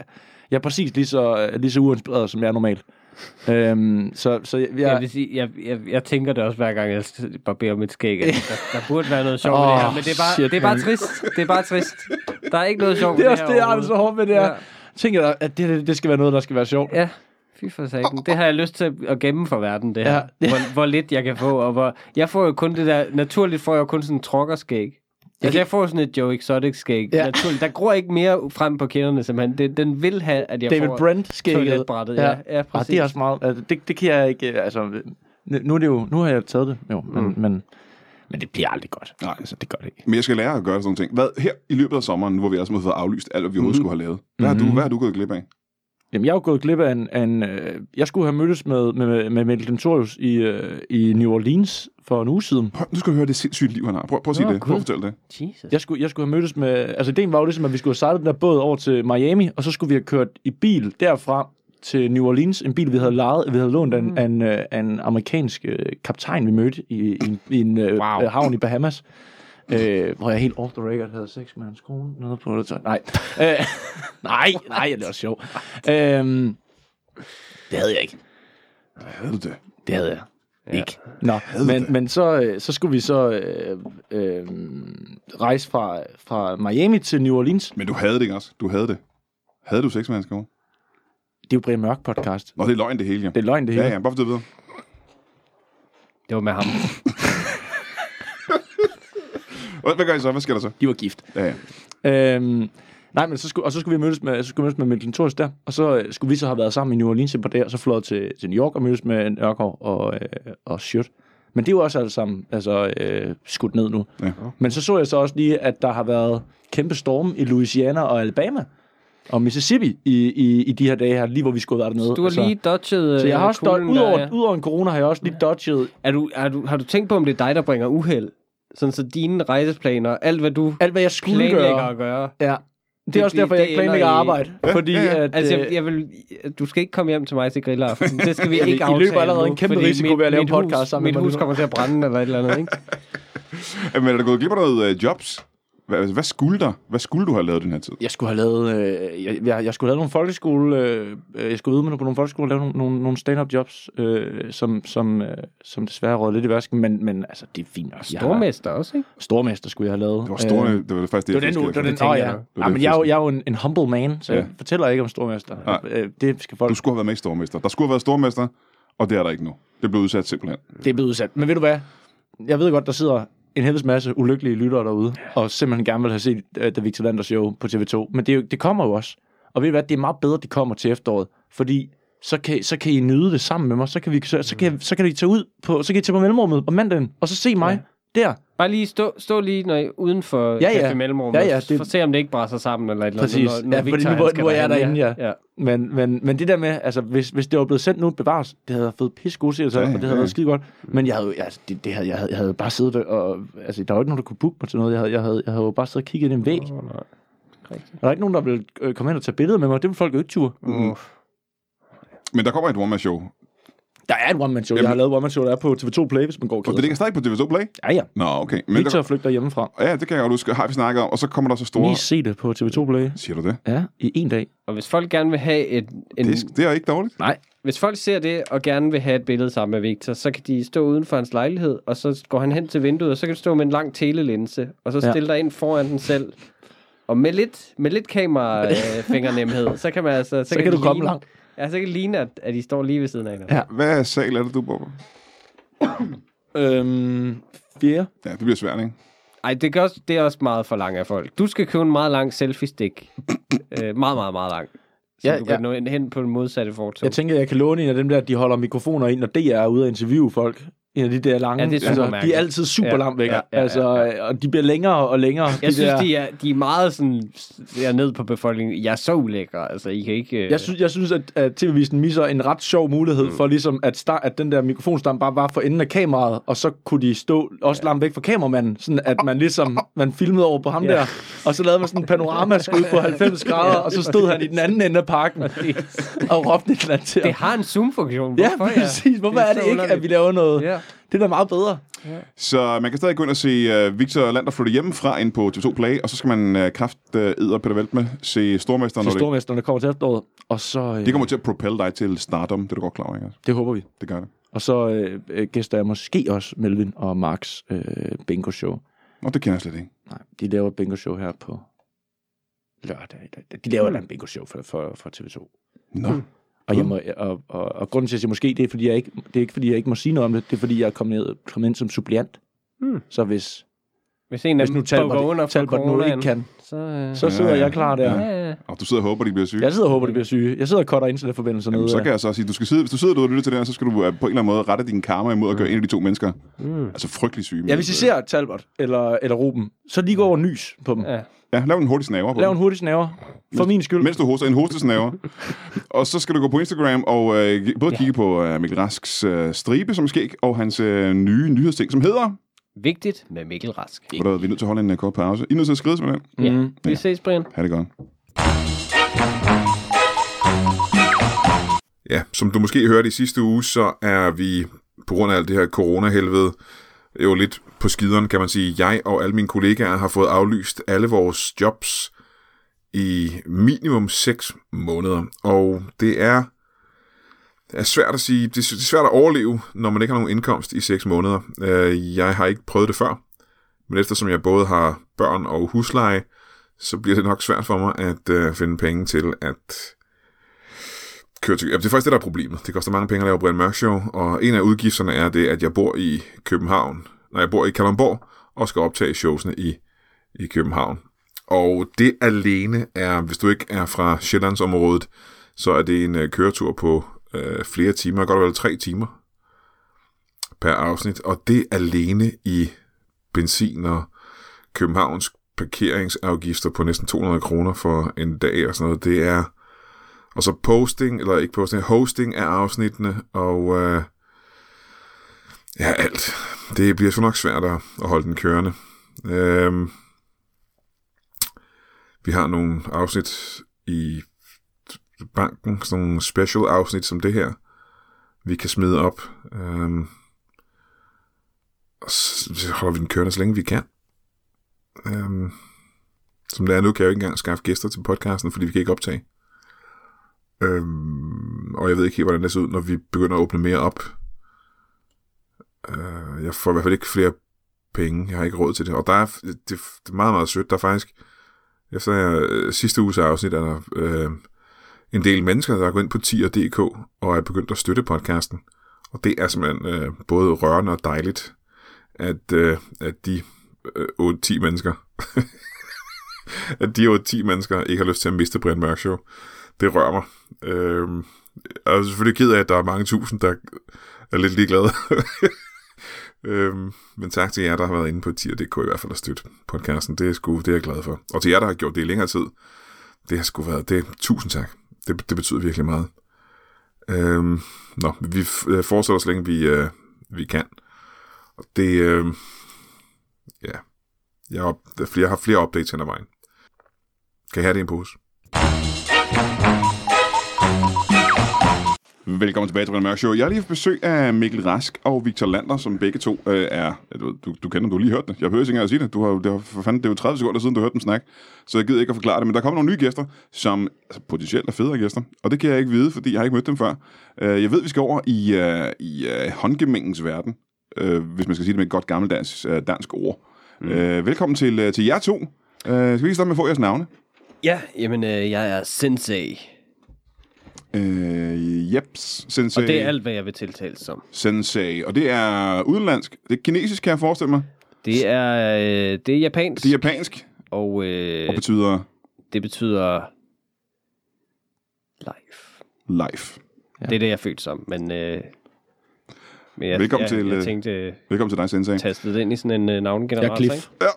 S4: jeg er præcis lige så, lige så uinspireret, som jeg er normalt. Øhm, så, så jeg,
S3: Jeg,
S4: jeg,
S3: vil sige, jeg, jeg, jeg tænker det også hver gang, jeg s- barberer mit skæg. at Der, der burde være noget sjovt oh, med det her,
S4: Åh,
S3: men det er, bare,
S4: shit,
S3: det er bare
S4: mand.
S3: trist. Det er bare trist. Der er ikke noget sjovt
S4: det er
S3: med
S4: også det, jeg har det så hårdt med det her.
S3: Ja.
S4: Tænker jeg, at det, det, det skal være noget, der skal være sjovt.
S3: Ja, fy for satan. Det har jeg lyst til at gemme for verden, det her. Ja.
S4: Ja.
S3: Hvor, hvor lidt jeg kan få, og hvor... Jeg får jo kun det der... Naturligt får jeg jo kun sådan en trokkerskæg. Altså, jeg får sådan et Joe Exotic-skæg. Ja.
S4: Ja.
S3: Naturligt. Der gror ikke mere frem på kinderne, simpelthen. Det, den vil have, at jeg
S4: David
S3: får...
S4: Brent skægget.
S3: toiletbrættet, ja. Ja, præcis.
S4: det er også meget. Altså, det, det kan jeg ikke. øh, Altså, nu, er det jo, nu har jeg taget det, jo, men, mm. men, men det bliver aldrig godt. Nej, altså, det gør det ikke.
S1: Men jeg skal lære at gøre sådan nogle ting. Hvad, her i løbet af sommeren, nu hvor vi også har fået aflyst alt, hvad vi overhovedet skulle have lavet. Hvad har, du, hvad har du gået glip af?
S4: Jamen, jeg er jo gået glip af en... af en øh, jeg skulle have mødtes med, med, med Mikkel Dentorius i, øh, i New Orleans for en uge siden.
S1: Prøv, nu skal du høre det sindssygt liv, han har. Prøv, prøv at sige
S3: Nå,
S1: det. Prøv
S3: Gud.
S1: at fortælle det.
S3: Jesus.
S4: Jeg skulle, jeg skulle have mødtes med... Altså, ideen var jo ligesom, at vi skulle have sejlet den der båd over til Miami, og så skulle vi have kørt i bil derfra til New Orleans. En bil, vi havde, lejet, vi havde lånt af en, af en, øh, af en amerikansk øh, kaptajn, vi mødte i, i, en- i en øh,
S3: Wow.
S4: wow. havn i Bahamas. Øh, hvor jeg helt off the record havde sex med hans kone. Noget på det tøj. Nej. Øh, nej, nej, det var sjovt. Øh, det havde jeg ikke.
S1: Havde du det?
S4: Det havde jeg ikke. Nå, men, men så, øh, så skulle vi så øh, øh, rejse fra, fra Miami til New Orleans.
S1: Men du havde det ikke også? Du havde det. Havde du sex med hans kone?
S4: Det er jo Brian Mørk podcast.
S1: Nå, det er løgn, det hele. jo.
S4: Det er løgn, det hele.
S1: Ja, ja, bare fortæl videre.
S3: Det var med ham.
S1: Hvad- Hvad gør I så? Hvad sker der så?
S4: De var gift.
S1: Ja, ja.
S4: Øhm, nej, men så skulle, og så skulle vi mødes med, så skulle vi mødes med Milton Torres der, og så øh, skulle vi så have været sammen i New Orleans et par dage, og så flået til, til New York og mødes med Nørgaard og, øh, og Shirt. Men det er jo også alt sammen altså, øh, skudt ned nu.
S1: Ja.
S4: Men så så jeg så også lige, at der har været kæmpe storme i Louisiana og Alabama og Mississippi i, i, i de her dage her, lige hvor vi skulle være dernede.
S3: Du har lige dodget...
S4: altså-
S3: øh,
S4: så jeg har også dodget,
S3: ud
S4: udover,
S3: over...
S4: udover en corona, har jeg også lige dodget
S3: Er du, er du, har du tænkt på, om det er dig, der bringer uheld? Sådan så dine rejseplaner, alt hvad du
S4: alt, hvad jeg skulle
S3: planlægger
S4: gøre.
S3: at gøre.
S4: Ja. Det,
S3: Det-
S4: er også derfor,
S3: det-
S4: jeg
S3: det
S4: ikke planlægger at
S3: ender i-
S4: arbejde. Fordi
S1: ja, ja.
S4: at...
S3: Altså,
S4: øh,
S3: jeg, jeg vil, du skal ikke komme hjem til mig til grillaften. Det skal vi
S4: I
S3: ikke aftale
S4: løber allerede
S3: nu,
S4: en kæmpe
S3: fordi
S4: risiko ved at lave en
S3: mit
S4: podcast
S3: hus,
S4: sammen med
S3: Mit
S4: mig
S3: hus
S4: nu.
S3: kommer til at brænde eller et eller andet, ikke?
S1: Ja, Men er der gået glip af noget øh, jobs? Hvad, altså, hvad skulle der? Hvad skulle du have lavet den her tid?
S4: jeg skulle have lavet, øh, jeg, jeg, jeg skulle have lavet nogle folkeskole, øh, øh, jeg skulle ud med nogle- på nogle folkeskole og lave nogle, nogle, nogle stand-up jobs, øh, som, som, øh, som desværre råd lidt i vasken, men, men altså, det er fint også. Jeg har-
S3: Stormester også, ikke?
S4: Stormester skulle jeg have lavet.
S1: Det var, store,
S4: Øh,
S1: det var faktisk det,
S4: det var den,
S1: jeg
S4: du, det
S1: fiskede
S4: var den,
S1: efter.
S4: åh,
S3: tænker
S4: ja.
S3: jeg.
S1: var
S4: Jeg,
S3: Det
S4: ja,
S1: den,
S4: men jeg, er jo-
S1: fiskede.
S4: jeg er jo en, en humble man, så
S1: Ja.
S4: jeg fortæller ikke om Stormester.
S1: Nej.
S4: Øh, Det skal folk
S1: Du skulle have været med i Stormester. Der skulle have været Stormester, og det er der ikke nu. Det blev udsat simpelthen.
S4: Det er blevet udsat. Men ved du hvad? Jeg ved godt, der sidder en helvedes masse ulykkelige lyttere derude, og simpelthen gerne vil have set uh, The Victor Lander Show på TV2. Men det, er jo, det kommer jo også. Og ved du hvad? Det er meget bedre, det kommer til efteråret. Fordi så kan, så kan I nyde det sammen med mig. Så kan, vi, så, så kan, så kan I tage ud på, så kan I tage på mellemrummet om mandagen, og så se mig der.
S3: Bare lige stå, stå lige når I, uden for
S4: Ja, ja.
S3: Café Mellemrum,
S4: Ja, ja,
S3: det...
S4: det-
S3: for at se, om det ikke brænder sammen eller et eller andet.
S4: Præcis.
S3: Når, når
S4: Ja, fordi
S3: Victor,
S4: nu-
S3: han skal
S4: nu er jeg
S3: derhen,
S4: derinde, ja.
S3: ja.
S4: Men, men, men det der med, altså, hvis, hvis det var blevet sendt nu, bevares, det havde fået pis gode seere,
S1: Ja,
S4: ja, og det havde
S1: ja. Mm.
S4: ja. været skide godt. Men jeg havde, jo- altså, det, det havde, jeg, havde, jeg havde bare siddet og... Altså, der var ikke nogen, der kunne booke mig til noget. Jeg havde, jeg havde, jeg havde jo bare siddet og kigget ind i en væg.
S3: Åh, nej.
S4: Og der er ikke nogen, der vil øh, komme hen og tage billeder med mig. Det vil folk jo ikke Mm. ture.
S1: Mm.
S3: Uh,
S1: Men der kommer et one-man-show. Og
S4: Der er et one-man-show.
S1: Jamen-
S4: Jeg har lavet one-man-show, der er på TV2 Play, hvis man går og
S1: det
S4: keder
S1: ligger stadig på TV2 Play?
S4: sig. Ja, ja.
S1: Nå, okay. Men
S4: Victor flygter hjemmefra.
S1: Der, ja, det kan jeg godt huske. Har vi snakket om. Og så kommer der så store...
S4: Lige se det på TV2 Play.
S1: Siger du det?
S4: Ja, i en dag.
S3: og hvis folk gerne vil have et, en,
S1: Det, er- det er ikke dårligt.
S4: Nej.
S3: hvis folk ser det og gerne vil have et billede sammen med Victor, så kan de stå uden for hans lejlighed, og så går han hen til vinduet, og så kan du stå med en lang telelinse, og så
S4: Ja.
S3: stille dig ind foran den selv. Og med lidt, med lidt kamerafingernemhed, så kan man altså... Så,
S4: kan
S3: det
S4: du komme
S3: ligne-
S4: langt.
S3: Ja, så kan det ligne, at, at I står lige ved siden af hinanden.
S4: Ja.
S1: Hvad sal er det, du bor på?
S4: Øhm, fjerde.
S1: Ja, det bliver svært, ikke?
S3: Ej, det, kan også, det er også meget for langt af folk. Du skal købe en meget lang selfie-stik. øh, meget, meget, meget lang. Så ja,
S4: Ja,
S3: du kan
S4: ja.
S3: nå hen på den modsatte fortog.
S4: Jeg tænker, jeg kan låne en af dem der, de holder mikrofoner ind, når DR er ude at interviewe folk. en af de der lange.
S3: Ja, det er super
S4: altså, de
S3: mærkeligt.
S4: er altid super
S3: Ja,
S4: langt væk.
S3: ja,
S4: Ja,
S3: ja, ja,
S4: altså, Og de bliver længere og længere.
S3: Jeg
S4: de
S3: synes,
S4: der,
S3: de, er, de er meget sådan, jeg er ned på befolkningen. Jeg er så ulækre, altså I kan ikke... øh,
S4: Jeg synes, jeg synes at, at TV-visen misser en ret sjov mulighed for ligesom, at, star, at den der mikrofonstam bare var for enden af kameraet, og så kunne de stå også langt væk fra kameramanden, sådan at man ligesom, man filmede over på ham
S3: Ja.
S4: der, og så lavede man sådan en panoramaskud på 90 grader, og så stod han i den anden ende af parken og råbte et eller andet til
S3: Det
S4: ham.
S3: har en zoom-funktion.
S4: Ja,
S3: Hvorfor,
S4: præcis. Hvorfor
S3: Det er
S4: er det
S3: så
S4: ikke, at vi
S3: underligt.
S4: laver noget?
S3: Ja.
S4: Det er da meget bedre.
S1: Så man kan stadig gå ind og se uh, Victor Lander flytte hjemmefra ind på TV2 Play, og så skal man uh, kraft uh, Edder Peter Veltme se Stormesteren.
S4: Så
S1: når det,
S4: stormesterne kommer til efteråret, og så... Øh,
S1: det kommer til at propelle dig til stardom, det er du godt klar over, ikke?
S4: det håber vi.
S1: Det gør det.
S4: Og så øh, øh, gæster jeg måske også Melvin og Marks øh, bingo-show.
S1: Nå, det kender jeg slet ikke.
S4: Nej, de laver et bingo-show her på lørdag. De laver mm. et bingo-show for, for, for TV2.
S1: Nå.
S4: Hmm. Og, jeg må, og, og, og, grunden til, at jeg siger måske, det er, fordi jeg ikke, det er ikke, fordi jeg ikke må sige noget om det. Det er, fordi jeg er kommet, ned, kommet ind som suppliant.
S3: Mm.
S4: Så hvis,
S3: Hvis en af
S4: hvis nu
S3: dem bukker under
S4: Talbot,
S3: for
S4: Talbot nu ikke
S3: coronaen,
S4: kan,
S3: så... øh,
S4: så sidder
S1: Ja, ja.
S4: jeg klar der.
S1: Ja.
S3: ja, ja.
S1: Og du sidder og håber, de bliver syge.
S4: Jeg sidder og håber, det bliver syge. Jeg sidder og cutter internetforbindelser
S1: Jamen,
S4: nede.
S1: så
S4: af-
S1: kan jeg så sige, du skal sidde, hvis du sidder derude og lytter til det her, så skal du øh, på en eller anden måde rette din karma imod at gøre en af de to mennesker. Mm. Altså frygtelig syge.
S4: Hmm. Ja, hvis I ser Talbot eller, eller Ruben, så lige gå over og nys på dem.
S3: Ja.
S1: Ja, lav en hurtig snaver på
S4: Lav
S1: den.
S4: en hurtig snaver. For min skyld.
S1: Mens du hoster en hostesnaver. og så skal du gå på Instagram og øh, både ja. kigge på øh, Mikkel Rasks øh, stribe som skæg, og hans øh, nye nyhedsting, som hedder...
S3: Vigtigt med Mikkel Rask.
S1: Hvor der, vi er nødt til at holde en øh, kort pause. I er nødt til at skride simpelthen.
S4: Mm-hmm.
S3: Ja. Vi ses, Brian.
S1: Ha' det godt. Ja, som du måske hørte i sidste uge, så er vi på grund af alt det her coronahelvede jo lidt på skideren, kan man sige. Jeg og alle mine kollegaer har fået aflyst alle vores jobs i minimum 6 måneder. Og det er, det er svært at sige, det er det er svært at overleve, når man ikke har nogen indkomst i 6 måneder. Øh, Jeg har ikke prøvet det før, men eftersom jeg både har børn og husleje, så bliver det nok svært for mig at øh, finde penge til at køre til... Ja, det er faktisk det, der er problemet. Det koster mange penge at lave Brian Mørk Show, og en af udgifterne er det, at jeg bor i København. Nej, jeg bor i Kalundborg og skal optage showsene i, i København. Og det alene er, hvis du ikke er fra Sjællandsområdet, så er det en øh, køretur på øh, flere timer, godt og vel tre timer per afsnit. Og det alene i benzin og Københavns parkeringsafgifter på næsten 200 kroner for en dag og sådan noget, det er... Og så posting, eller ikke posting, hosting af afsnittene, og øh, ja, alt. Det bliver så nok svært at at holde den kørende. Øhm, vi har nogle afsnit i banken, sådan nogle special afsnit som det her, vi kan smide op. Øhm, og så så holder vi den kørende, så længe vi kan. Øhm, som det er nu, kan jeg jo ikke engang skaffe gæster til podcasten, fordi vi kan ikke optage. Øhm, og jeg ved ikke helt, hvordan det ser ud, når vi begynder at åbne mere op. Øh, jeg får i hvert fald ikke flere penge. Jeg har ikke råd til det. Og der er, det, det er meget, meget sødt. Der er faktisk, efter øh, sidste uges afsnit, er der øh, en del mennesker, der er gået ind på tier.dk og er begyndt at støtte podcasten. Og det er simpelthen øh, både rørende og dejligt, at, øh, at de øh, 8-10 mennesker. at de 8-10 mennesker ikke har lyst til at miste Brian Mørk Show. Det rører mig. Øhm, jeg er selvfølgelig ked af, at der er mange tusind, der er lidt ligeglade. øhm, men tak til jer, der har været inde på tier.dk i hvert fald at støtte podcasten. Det er, sgu, det er jeg glad for. Og til jer, der har gjort det i længere tid, det har sgu været det. Tusind tak. Det, det betyder virkelig meget. Øhm, nå, vi f- øh, fortsætter så længe vi, øh, vi kan. Og det, øh, Ja. Jeg har, op- der er flere- jeg har flere updates hen ad vejen. Kan jeg have det i en pose? Velkommen tilbage til Brian Mørk Show. Jeg har lige haft besøg af Mikkel Rask og Victor Lander, som begge to øh, er... Du, du, du kender dem, du har lige hørt det. Jeg behøver ikke engang at sige det. Du har, det, har, for fanden, det er jo 30 sekunder siden, du hørte dem snakke, så jeg gider ikke at forklare det. Men der kommer nogle nye gæster, som altså, potentielt er federe gæster, og det kan jeg ikke vide, fordi jeg har ikke mødt dem før. Øh, jeg ved, vi skal over i, øh, i øh, håndgemængens verden, øh, hvis man skal sige det med et godt gammeldansk øh, dansk ord. Mm. Øh, velkommen til, øh, til jer to. Øh, skal vi ikke starte med at få jeres navne?
S3: Ja, jamen, øh, jeg er sensei.
S1: Øh, jeps,
S3: Og
S1: sensei.
S3: det er alt, hvad jeg vil tiltales som.
S1: Sensei. Og det er udenlandsk. Det er kinesisk, kan jeg forestille mig.
S3: Det er, øh, det er japansk,
S1: Det er japansk
S3: og øh,
S1: og betyder
S3: det betyder life.
S1: life.
S3: Ja. Det er det, jeg er født som, men øh, Men jeg,
S1: Velkommen
S3: jeg,
S1: til,
S3: Jeg
S1: øh,
S3: tænkte, øh,
S1: Velkommen til dig, Sensei.
S3: tastet det ind i sådan en øh,
S4: Jeg
S3: navngenerator.
S4: er Cliff.
S3: ikke?
S1: Ja.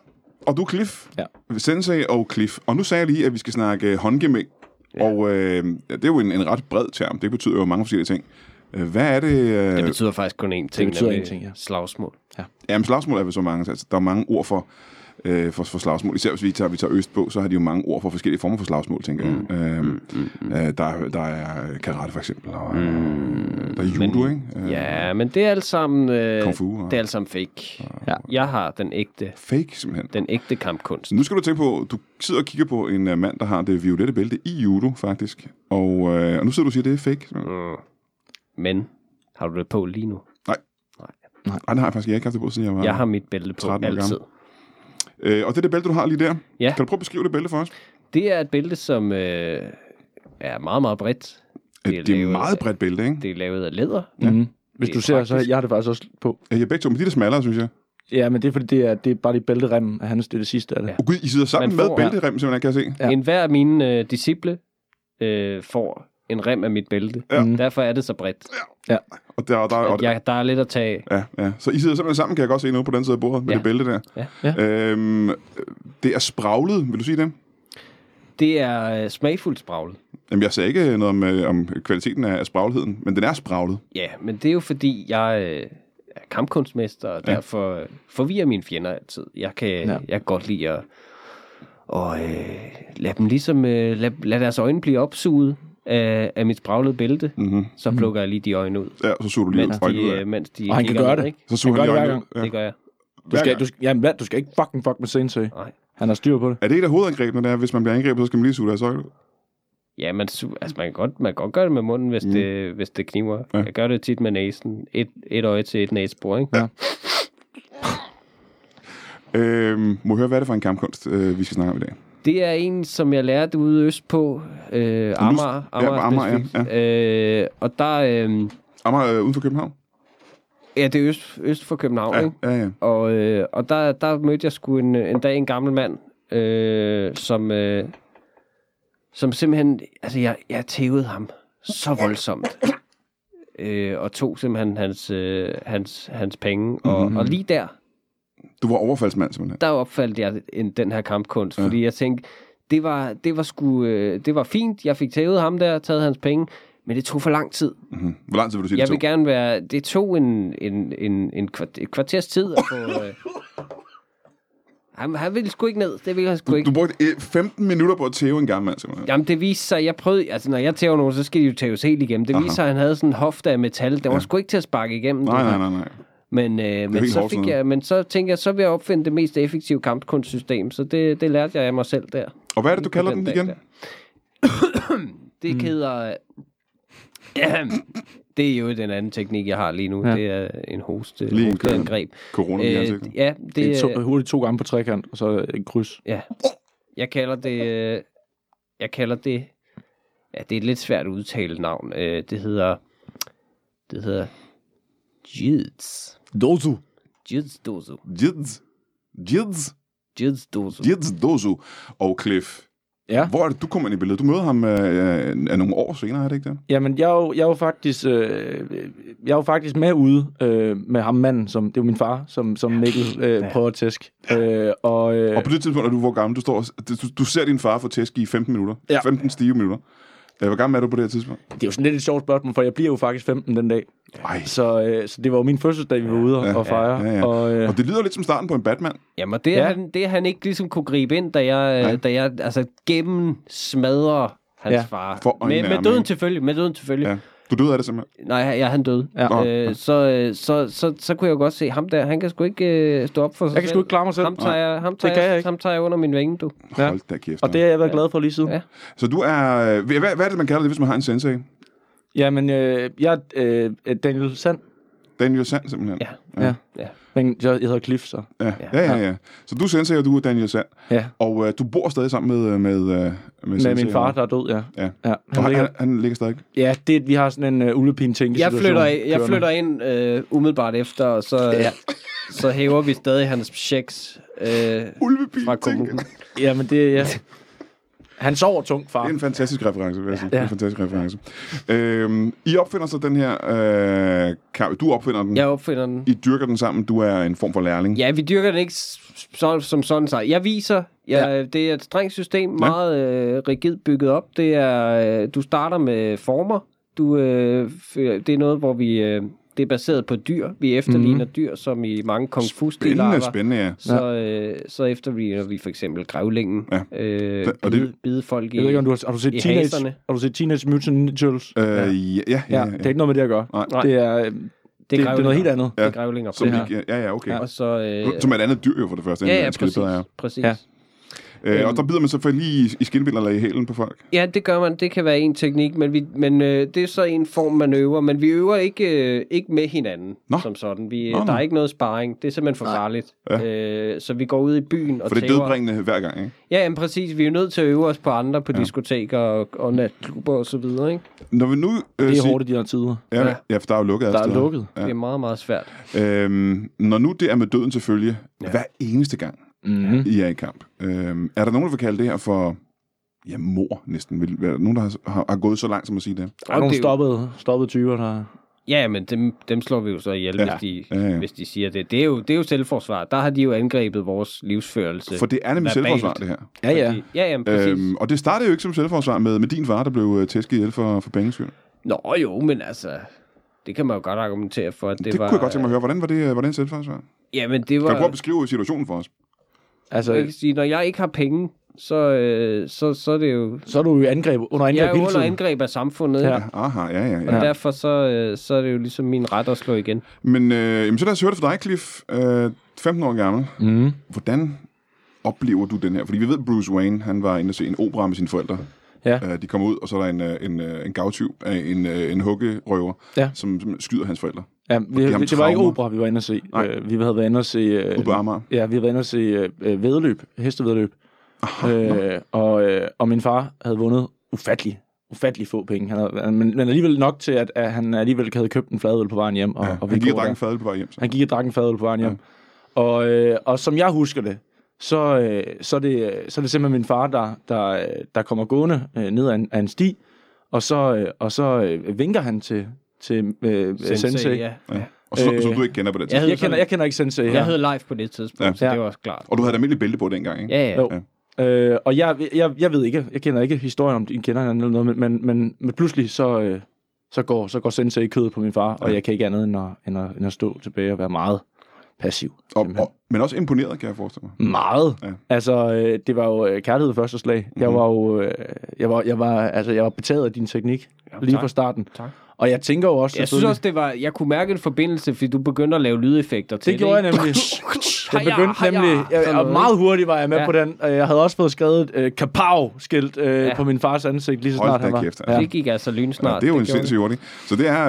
S1: Og du er Cliff. Ja. Sensei og Cliff. Og nu sagde jeg lige, at vi skal snakke øh, håndgemæng. Ja. Og øh, ja, det er jo en, en ret bred term. Det betyder jo mange forskellige ting. Øh, Hvad er det? Øh,
S3: Det
S1: det
S3: betyder faktisk kun én ting.
S4: betyder
S3: nemlig
S4: én ting, ja.
S3: Slagsmål.
S1: jamen, slagsmål er vel så mange. Altså, der er mange ord for, øh, for, for slagsmål. Især hvis vi tager, vi tager øst på, så har de jo mange ord for forskellige former for slagsmål, tænker jeg. Mm. Øh, mm, mm, øh, der, er- der er karate, for eksempel. Og, mm. Der er judo, ikke? Øh,
S3: Ja, men det er alt sammen, øh,
S1: Kung fu, og-
S3: det er alt sammen fake.
S4: Ja.
S3: Jeg har den ægte,
S1: Fake, simpelthen.
S3: den ægte kampkunst.
S1: Så nu skal du tænke på, du sidder og kigger på en øh, mand, der har det violette bælte i judo, faktisk. Og, øh, og nu sidder du og siger, at det er fake. Mm.
S3: Men har du det på lige nu?
S1: Ej, det har jeg faktisk jeg har ikke haft det på, siden jeg var...
S3: Jeg har mit bælte på
S1: 13 år gammel.
S3: altid.
S1: Øh, og det er det bælte, du har lige der.
S3: Ja.
S1: Kan du prøve at beskrive det bælte for os?
S3: Det er et bælte, som øh, er meget, meget bredt.
S1: Det er, Øh, det er
S3: lavet
S1: et meget
S3: af-
S1: bredt bælte, ikke?
S3: Det er lavet af læder.
S4: Mm. Hvis
S3: Det
S4: du
S3: er
S4: ser, så
S3: praktisk.
S4: jeg har det faktisk også på.
S1: Ja, Øh, jeg begge to, men de er lidt smallere, synes jeg.
S4: Ja, men det er fordi, det er, det er bare de bælteremmen af hans, det er det sidste af det.
S3: Ja.
S1: Og gud, I sidder sammen
S3: Man
S1: med
S3: får-
S1: bælterem, simpelthen, kan jeg se.
S4: Ja.
S3: Ja. En hver af mine øh, disciple øh, får en rem af mit bælte.
S1: Ja.
S3: Ja. Derfor er det så bredt.
S1: Og der, der, og,
S3: At jeg, der er lidt at tage af.
S1: ja, ja. Så I sidder simpelthen sammen, kan jeg godt se noget på den side af bordet, med
S3: Ja.
S1: det bælte der.
S3: Ja.
S1: Øhm, det er spraglet, vil du sige det?
S3: Det er øh, smagfuldt spraglet.
S1: Jamen, jeg sagde ikke noget om, øh, om kvaliteten af, af spragligheden, men den er spraglet.
S3: Ja, men det er jo fordi, jeg øh, er kampkunstmester, og derfor øh, forvirrer mine fjender altid. Jeg kan, ja. jeg kan godt lide at og, øh, lade dem ligesom, øh, lad, lad deres øjne blive opsuget af, af mit spraglede bælte. Mm-hmm. Så plukker jeg lige de øjne ud,
S1: Ja, så suger du lige
S3: mens
S1: øjnene ud
S3: de,
S1: af.
S3: øh, mens de
S4: Og han kan
S3: kigger
S4: gøre
S3: ned,
S4: det.
S3: Ikke?
S1: Så suger
S4: Han
S1: han
S4: gør
S1: lige
S4: det
S1: øjnene ud. Ja.
S4: hver
S3: øh, Det gør jeg.
S4: Du
S1: Hver
S4: skal,
S1: gang.
S4: du, skal, jamen, hvad? du skal ikke fucking fuck med Sensei.
S3: Nej.
S4: Han har styr på det.
S1: Er det et af hovedangrebene, der er, hvis man bliver angrebet, så skal man lige suge deres øjne ud?
S3: Ja, man, su- altså, man, kan godt, man kan godt gøre det med munden, hvis, mm. det, hvis det kniver. Ja. Jeg gør det tit med næsen. Et, et øje til et næsebor, ikke? Ja.
S1: Øhm, må jeg høre, hvad er det for en kampkunst, øh, vi skal snakke om i dag?
S3: Det er en, som jeg lærte ude øst på. Øh, Amager. Amager,
S1: på Amager,
S3: specifikt. Øh, og der... Øh,
S1: Amager øh, uden for København?
S3: ja, det er øst, øst for København, ja.
S1: Ja,
S3: ikke?
S1: ja, ja.
S3: Og, øh, og der, der mødte jeg sgu en, en dag en gammel mand, øh, som, øh, som simpelthen... Altså, jeg, jeg tævede ham så voldsomt. Øh, og tog simpelthen hans, øh, hans, hans penge. Og,
S1: Mhm.
S3: mm-hmm. og lige der,
S1: Du var overfaldsmand, simpelthen.
S3: der opfaldt jeg en, den her kampkunst, ja. fordi jeg tænkte, det var, det, var sgu, øh, det var fint, jeg fik taget ham der, taget hans penge, men det tog for lang tid.
S1: Mm. Hvor lang tid vil du sige,
S3: Jeg
S1: det
S3: vil
S1: tog?
S3: gerne være, det tog en, en, en, en kvart, et kvarters tid at få... Øh, han, han ville sgu ikke ned, det ville han sgu ikke.
S1: Du brugte øh, 15 minutter på at tæve en gammel mand, simpelthen.
S3: Jamen, det viste sig, jeg prøvede, altså når jeg tæver nogen, så skal de jo tæves helt igennem. Det viste sig, at han havde sådan en hofte af metal, det var ja. sgu ikke til at sparke igennem.
S1: Nej,
S3: det
S1: nej, nej,
S3: her.
S1: nej.
S3: Men, øh, men,
S1: helt
S3: så
S1: hårdt sådan
S3: fik
S1: noget.
S3: jeg, men så tænkte jeg, så vil jeg opfinde det mest effektive kampkunstsystem, så det, det lærte jeg af mig selv der.
S1: Og hvad er det, du
S3: på
S1: kalder den
S3: den dag
S1: igen?
S3: der. Det mm. hedder... Ahem. det er jo den anden teknik, jeg har lige nu. Ja. Det er en host,
S1: Lige
S3: Lige
S1: en
S3: hosteangreb. Øh,
S1: Corona i ansigtet.
S3: ja,
S4: Det er
S3: det
S4: to,
S3: er...
S4: hurtigt to gange på trekant, og så et kryds.
S3: Ja. Jeg kalder det... øh, Jeg kalder det... Ja, det er et lidt svært at udtale navn. Øh, Det hedder... Det hedder... Jids.
S4: Dozu.
S3: Jids dozo.
S1: Jids. Jids.
S3: Jids dozo.
S1: Jids Dozu og Cliff.
S4: Ja.
S1: Hvor er det, du kommer ind i billedet? Du møder ham øh, øh, er nogle år senere, er det ikke det?
S4: Jamen, jeg er jo, jeg er jo faktisk, øh, jeg er jo faktisk med ude øh, med ham manden, som, det er jo min far, som, som Mikkel øh, prøver at tæske. Øh, og, øh,
S1: Og på det tidspunkt er du hvor gammel? Du, står, og- du, du ser din far få tæsk i 15 minutter.
S4: Ja.
S1: 15 stive minutter. Øh, Hvor gammel er du på det her tidspunkt?
S4: det er jo sådan lidt et sjovt spørgsmål, for jeg bliver jo faktisk 15 den dag.
S1: Ej.
S4: Så, øh, så det var jo min fødselsdag, vi var ude og, og fejre.
S1: Ja, ja.
S4: Og, øh,
S1: Og det lyder lidt som starten på en Batman.
S3: Jamen, og det, ja.
S4: Ja.
S3: han, det han ikke ligesom kunne gribe ind, da jeg, øh, da jeg altså, gennem smadrer hans
S4: Ja.
S3: ja. far.
S1: For øjnene af
S3: med,
S1: ham,
S3: med døden
S1: ikke?
S3: til følge, med døden til følge.
S1: Ja.
S3: Ja.
S1: Du døde af det simpelthen.
S3: Nej, ja, han døde.
S4: Ja.
S3: Øh, så, øh, så, så, så kunne jeg jo godt se, ham der, han kan sgu ikke øh, stå op for sig
S4: jeg kan sgu ikke klare mig selv.
S3: Ham tager jeg, ham
S4: Det
S3: tager
S4: kan
S3: jeg,
S4: jeg
S3: jeg
S4: ikke.
S3: ham tager jeg under min vinge, du.
S4: Ja.
S1: Hold da kæft.
S4: Og det
S1: mand.
S4: har jeg været glad for lige siden.
S3: Ja.
S1: Så du er... Hvad, hvad er det, man kalder det, hvis man har en sensei?
S4: Jamen, øh, jeg er øh, Daniel Sand.
S1: Daniel Sand, simpelthen.
S3: Ja.
S4: Ja.
S3: Ja.
S4: Men jeg, jeg hedder Cliff, så.
S1: Ja, ja, ja. ja. Så du er sensei, og du er Daniel Sand.
S4: Ja.
S1: Og øh, du bor stadig sammen med, øh, med, øh, med,
S4: Med
S1: sensei,
S4: min far,
S1: eller?
S4: der er død, ja.
S1: Ja.
S4: ja.
S1: Og
S4: Han
S1: han,
S4: ligger,
S1: han, han ligger stadig.
S4: ja det, vi har sådan en øh, ulvepin tænke
S3: Jeg flytter, jeg flytter ind øh, umiddelbart efter, og så, øh, ja. så hæver vi stadig hans checks øh,
S1: Ulvebil,
S3: fra
S1: tænker
S3: kommunen.
S1: jeg.
S4: Ja, men det, ja. Han sover tungt, far.
S1: Det er en fantastisk reference, vil jeg sige.
S4: Ja.
S1: Ja. En fantastisk reference. Øhm, I opfinder så den her... Øh, kaffe. du opfinder den.
S3: Jeg opfinder den.
S1: I dyrker den sammen. Du er en form for lærling.
S3: Ja, vi dyrker den ikke s- så, som sådan sig. Jeg viser, jeg, ja. det er et strengt system, meget øh, rigidt bygget op. Det er, øh, du starter med former. Du, øh, f- det er noget, hvor vi, øh, det er baseret på dyr. Vi efterligner mm. dyr, som i mange kung fu
S1: Mhm. Spændende, spændende, ja.
S3: Så, øh, så efterligner vi for eksempel grævlingen.
S1: Ja.
S3: Øh,
S1: Og
S3: og
S1: det-
S3: bide, bide folk i...
S4: Jeg ved ikke, om du har, har du set,
S3: I
S4: teenage,
S3: haserne.
S4: har du set Teenage Mutant Ninja Turtles?
S1: Øh, ja, ja,
S4: Ja,
S1: ja,
S4: det er ikke noget med det at gøre.
S1: Nej.
S4: Det er, det, det, er noget helt andet.
S3: Ja. Det er grævlinger.
S1: Som,
S3: det her.
S1: det ja, ja, okay.
S3: Og så... Øh,
S1: Som er et andet dyr jo for det første. end
S3: ja, ja,
S1: en skildpadde
S3: præcis.
S1: er.
S3: præcis.
S4: Ja.
S3: Ja.
S1: Øh, og der bider man selvfølgelig lige i, i skinnebiler eller i hælen på folk.
S3: Ja, det gør man. Det kan være en teknik, men, vi, men øh, det er så en form, man øver. Men vi øver ikke, øh, ikke med hinanden
S1: Nå.
S3: som sådan. Vi,
S1: Nå,
S3: Nå,
S1: nå.
S3: der er ikke noget sparring. Det er simpelthen for farligt. Ja. Øh, så vi går ud i byen og
S1: For det er
S3: tæver.
S1: dødbringende hver gang, ikke?
S3: Ja, jamen, præcis. Vi er jo nødt til at øve os på andre, på ja. diskoteker og, og natklubber og så videre. Ikke?
S1: Når vi nu... Øh,
S4: Det er
S1: sig-
S4: hårdt i de her tider.
S1: Ja,
S3: Ja.
S1: ja, for der er jo lukket alle
S4: Der er
S1: steder.
S4: lukket.
S3: Ja. Det er meget, meget svært.
S1: Øhm, når nu det er med døden til følge, ja. hver eneste gang,
S3: Mhm.
S4: Mm-hmm.
S1: I er i kamp. Øhm, er der nogen, der vil kalde det her for ja, mor næsten? Vil- Er der nogen, der har, har, har gået så langt, som at sige det?
S4: Der er nogle
S3: det er jo-
S4: stoppede, stoppede typer, der...
S3: Ja, men dem, dem slår vi jo så ihjel, ja. hvis, de,
S1: Ja, ja.
S3: hvis de siger det. Det er, jo, det er jo selvforsvar. Der har de jo angrebet vores livsførelse.
S1: For det er nemlig
S3: Verbalt.
S1: selvforsvar, det her.
S4: Ja, ja.
S3: Fordi- Ja, jamen, præcis. Øhm,
S1: Øhm, og det startede jo ikke som selvforsvar med, med din far, der blev øh, tæsket ihjel for, for penges skyld. Det,
S3: Nå jo, men altså, det kan man jo godt argumentere for, at det,
S1: det
S3: var...
S1: kunne jeg godt tænke mig at høre. Hvordan var det, øh, hvordan selvforsvar?
S3: Jamen, det var...
S1: Kan du prøve at beskrive situationen for os?
S4: Altså,
S3: jeg kan sige, når jeg ikke har penge, så, øh, så, så er det jo...
S4: så er du jo angreb, under angreb
S3: Jeg er jo
S4: hele
S3: under
S4: tiden.
S3: angreb af samfundet,
S4: Ja.
S3: ja.
S1: Aha, ja, ja,
S3: og
S1: ja.
S3: ja. derfor så, øh, så er det jo ligesom min ret at slå igen.
S1: Men øh, jamen, så lad os høre det fra dig, Cliff. Øh, 15 år gammel.
S4: Mhm.
S1: Hvordan oplever du den her? Fordi vi ved, Bruce Wayne, han var inde og se en opera med sine forældre.
S4: Ja.
S1: Øh, de kommer ud, og så er der en, øh, en, øh, en gavtyv, øh, en, øh, en huggerøver,
S4: Ja.
S1: som, som skyder hans forældre.
S4: Ja, vi,
S1: har
S4: det var ikke
S1: traumer.
S4: opera, vi var inde og se.
S1: Nej.
S4: Øh, vi havde været inde og se... Øh,
S1: Ude på Amager.
S4: Ja, vi havde været inde og se øh, vedløb, hestevedløb. Øh, og, øh, og min far havde vundet ufattelig, ufattelig få penge. Han havde, men, men alligevel nok til, at, at han alligevel havde købt en fladøl på vejen hjem. Og, ja, og vi
S1: Han gik og
S4: går
S1: drak
S4: der.
S1: en fadel på vej hjem. Så.
S4: Han gik og drak en fadøl på vejen hjem. Ja. Og, øh, og som jeg husker det, så, øh, så, er det, øh, så er det simpelthen min far, der, der, øh, der kommer gående øh, ned ad en, ad en sti, og så, øh, og så øh, vinker han til, til øh, sensei. sensei. Ja.
S3: ja.
S1: Og så,
S4: Øh,
S1: øh, som du ikke kender på det
S3: jeg
S1: tidspunkt.
S4: Jeg, kender, jeg kender ikke sensei her.
S3: Jeg hed live på det tidspunkt,
S1: Ja.
S3: ja. så
S4: Ja.
S3: det var også klart.
S1: Og du havde da almindelig bælte på dengang, ikke?
S3: Ja, ja.
S4: Jo. Øh, og jeg, jeg, jeg ved ikke, jeg kender ikke historien om, de kender han eller noget, men, men, men, men pludselig så, øh, så, går, så går sensei i kødet på min far, og jeg kan ikke andet end at, end at, end at stå tilbage og være meget passiv.
S1: Og, og, men også imponeret, kan jeg forestille mig.
S4: Meget.
S1: Ja.
S4: Ja. Altså, øh, det var jo øh, kærlighed ved første slag. Mm-hmm. Jeg var jo, øh, jeg var, jeg var, altså, jeg var betaget af din teknik ja, lige
S3: tak.
S4: fra starten.
S3: Tak.
S4: Og jeg tænker jo også,
S3: Jeg synes
S4: selvfølgelig-
S3: også, det var... Jeg kunne mærke en forbindelse, fordi du begyndte at lave lydeffekter til
S4: det gjorde jeg nemlig. Jeg begyndte nemlig, jeg, og meget hurtigt var jeg med ja.
S3: Ja.
S4: på den, og jeg havde også fået skrevet øh, kapav-skilt øh, ja.
S3: Ja.
S4: på min fars ansigt lige så
S1: Hold
S4: snart
S1: da
S4: han var.
S1: kæft, altså.
S4: ja.
S3: Det gik altså
S1: Ja,
S3: lynsnart.
S1: det er jo en
S3: gjorde
S1: sindssyg hurtig. Så det er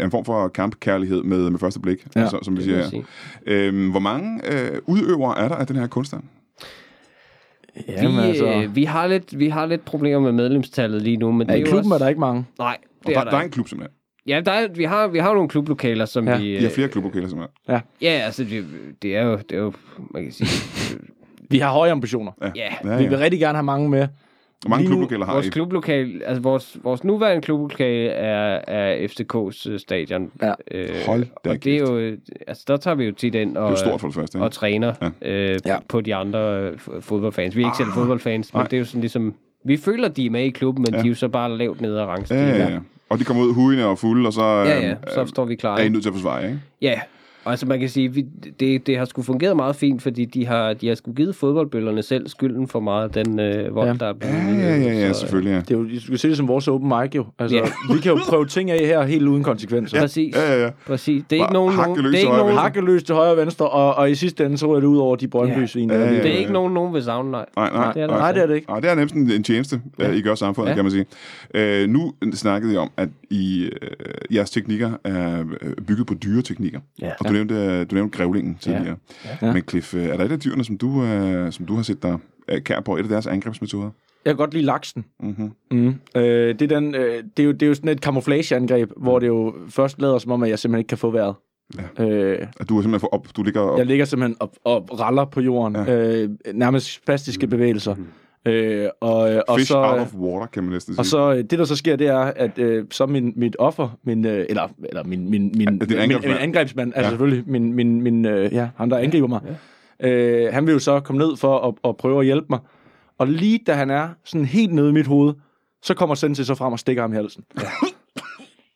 S1: øh, en form for kampkærlighed med, med første blik, ja, altså, som vi siger
S3: vil
S1: her. Øhm, hvor mange øh, udøvere er der af den her kunstner?
S4: Jamen,
S3: vi,
S4: altså,
S3: øh, vi, har lidt, vi har lidt problemer med medlemstallet lige nu, men
S4: ja,
S3: det
S4: i
S3: er jo
S4: klubben
S3: også...
S4: er der ikke mange.
S3: Nej,
S1: Og
S3: det er
S1: der, der er
S3: ikke.
S1: en klub, simpelthen.
S3: Ja, der er, vi, har, vi har jo nogle klublokaler, som
S4: Ja.
S3: ja. vi...
S1: I har
S3: øh,
S1: flere klublokaler, simpelthen.
S3: Ja, altså, det, det, er jo, det er jo, man kan sige...
S4: Vi har høje ambitioner.
S3: ja,
S1: Ja,
S4: Vi vil
S1: ja.
S4: rigtig gerne have mange med.
S1: Hvor mange
S4: lige nu-
S1: klublokaler har
S3: vores
S1: I?
S3: klublokal, altså vores, vores nuværende klublokale er, er FCK's øh, stadion.
S4: Ja.
S3: Øh,
S1: Hold da
S3: og det er jo, øh, altså, der tager vi jo tit ind og,
S1: Det er jo stort for det første,
S3: og
S1: ikke?
S3: træner øh,
S4: Ja.
S3: på de andre øh, f- fodboldfans. Vi er ikke selv fodboldfans, men
S1: Ah, Nej.
S3: det er jo sådan ligesom... Vi føler, de er med i klubben, men ja. de er jo så bare lavt nede af rangstigen.
S1: Ja, ja, ja. Og de kommer ud hudende og fulde, og så, øh,
S3: Ja, ja, så står vi klar.
S1: er I
S3: ikke?
S1: nødt til at forsvare, ikke?
S3: Ja, og altså man kan sige, vi, det, det har sgu fungeret meget fint, fordi de har, de har sgu givet fodboldbøllerne selv skylden for meget af den øh, vold,
S4: Ja.
S3: ja. der er blevet
S1: Ja,
S3: udøvet,
S1: ja, ja, ja,
S3: så, øh,
S1: selvfølgelig, ja.
S4: Det er jo, du kan se det som vores open mic jo. Altså,
S3: Ja.
S4: vi kan jo prøve ting af her helt uden konsekvenser. Ja.
S3: Præcis,
S1: Ja, ja, ja.
S3: præcis. Det er
S1: Bare
S3: ikke nogen,
S1: hakke
S3: nogen,
S1: løs
S3: det er
S1: i
S3: ikke nogen,
S1: øjeblikket.
S4: Hakkeløs til højre og venstre, og, og i sidste ende så er det ud over de brøndby
S1: Ja, ja,
S4: ja.
S1: ja.
S3: det er ikke nogen, nogen ved savne, nej.
S1: Nej, nej,
S3: det er der
S4: Nej, det er det ikke.
S1: Nej, det er nærmest en, en tjeneste, ja. I gør samfundet, ja.
S3: Ja.
S1: kan man sige. Øh, nu snakkede I om, at I, øh, jeres teknikker er øh, bygget på dyre teknikker.
S3: Ja.
S1: Og du nævnte, øh, du nævnte grævlingen tidligere. Ja.
S4: Ja.
S1: Men Cliff, øh, er der et af dyrene, som du, øh, som du har set dig øh, kær på? Et af deres angrebsmetoder?
S4: Jeg kan godt lide laksen. Mm-hmm. Mm. Øh, det, er den, øh, det, er jo, det er jo sådan et camouflageangreb, hvor
S1: Mm.
S4: det jo først lader som om, at jeg simpelthen ikke kan få vejret. Ja. Øh,
S1: At du er simpelthen for op, du ligger op.
S4: jeg ligger simpelthen og, og raller på jorden. Ja. Øh, nærmest plastiske bevægelser. Øh, og,
S1: Mm.
S4: øh, og
S1: Mm-hmm. Fish
S4: så,
S1: out of water, kan man næsten sige.
S4: og så øh, det, der så sker, det er, at øh, så min, mit offer, min, øh, eller, eller min, min, min,
S1: din angrebsmand.
S4: min, min angrebsmand, altså
S1: Ja.
S4: ja. selvfølgelig, min, min, min øh, ja, ham, der angriber mig, ja. øh, han vil jo så komme ned for at, at prøve at hjælpe mig. Og lige da han er sådan helt nede i mit hoved, så kommer Sensei så frem og stikker ham i halsen. Ja.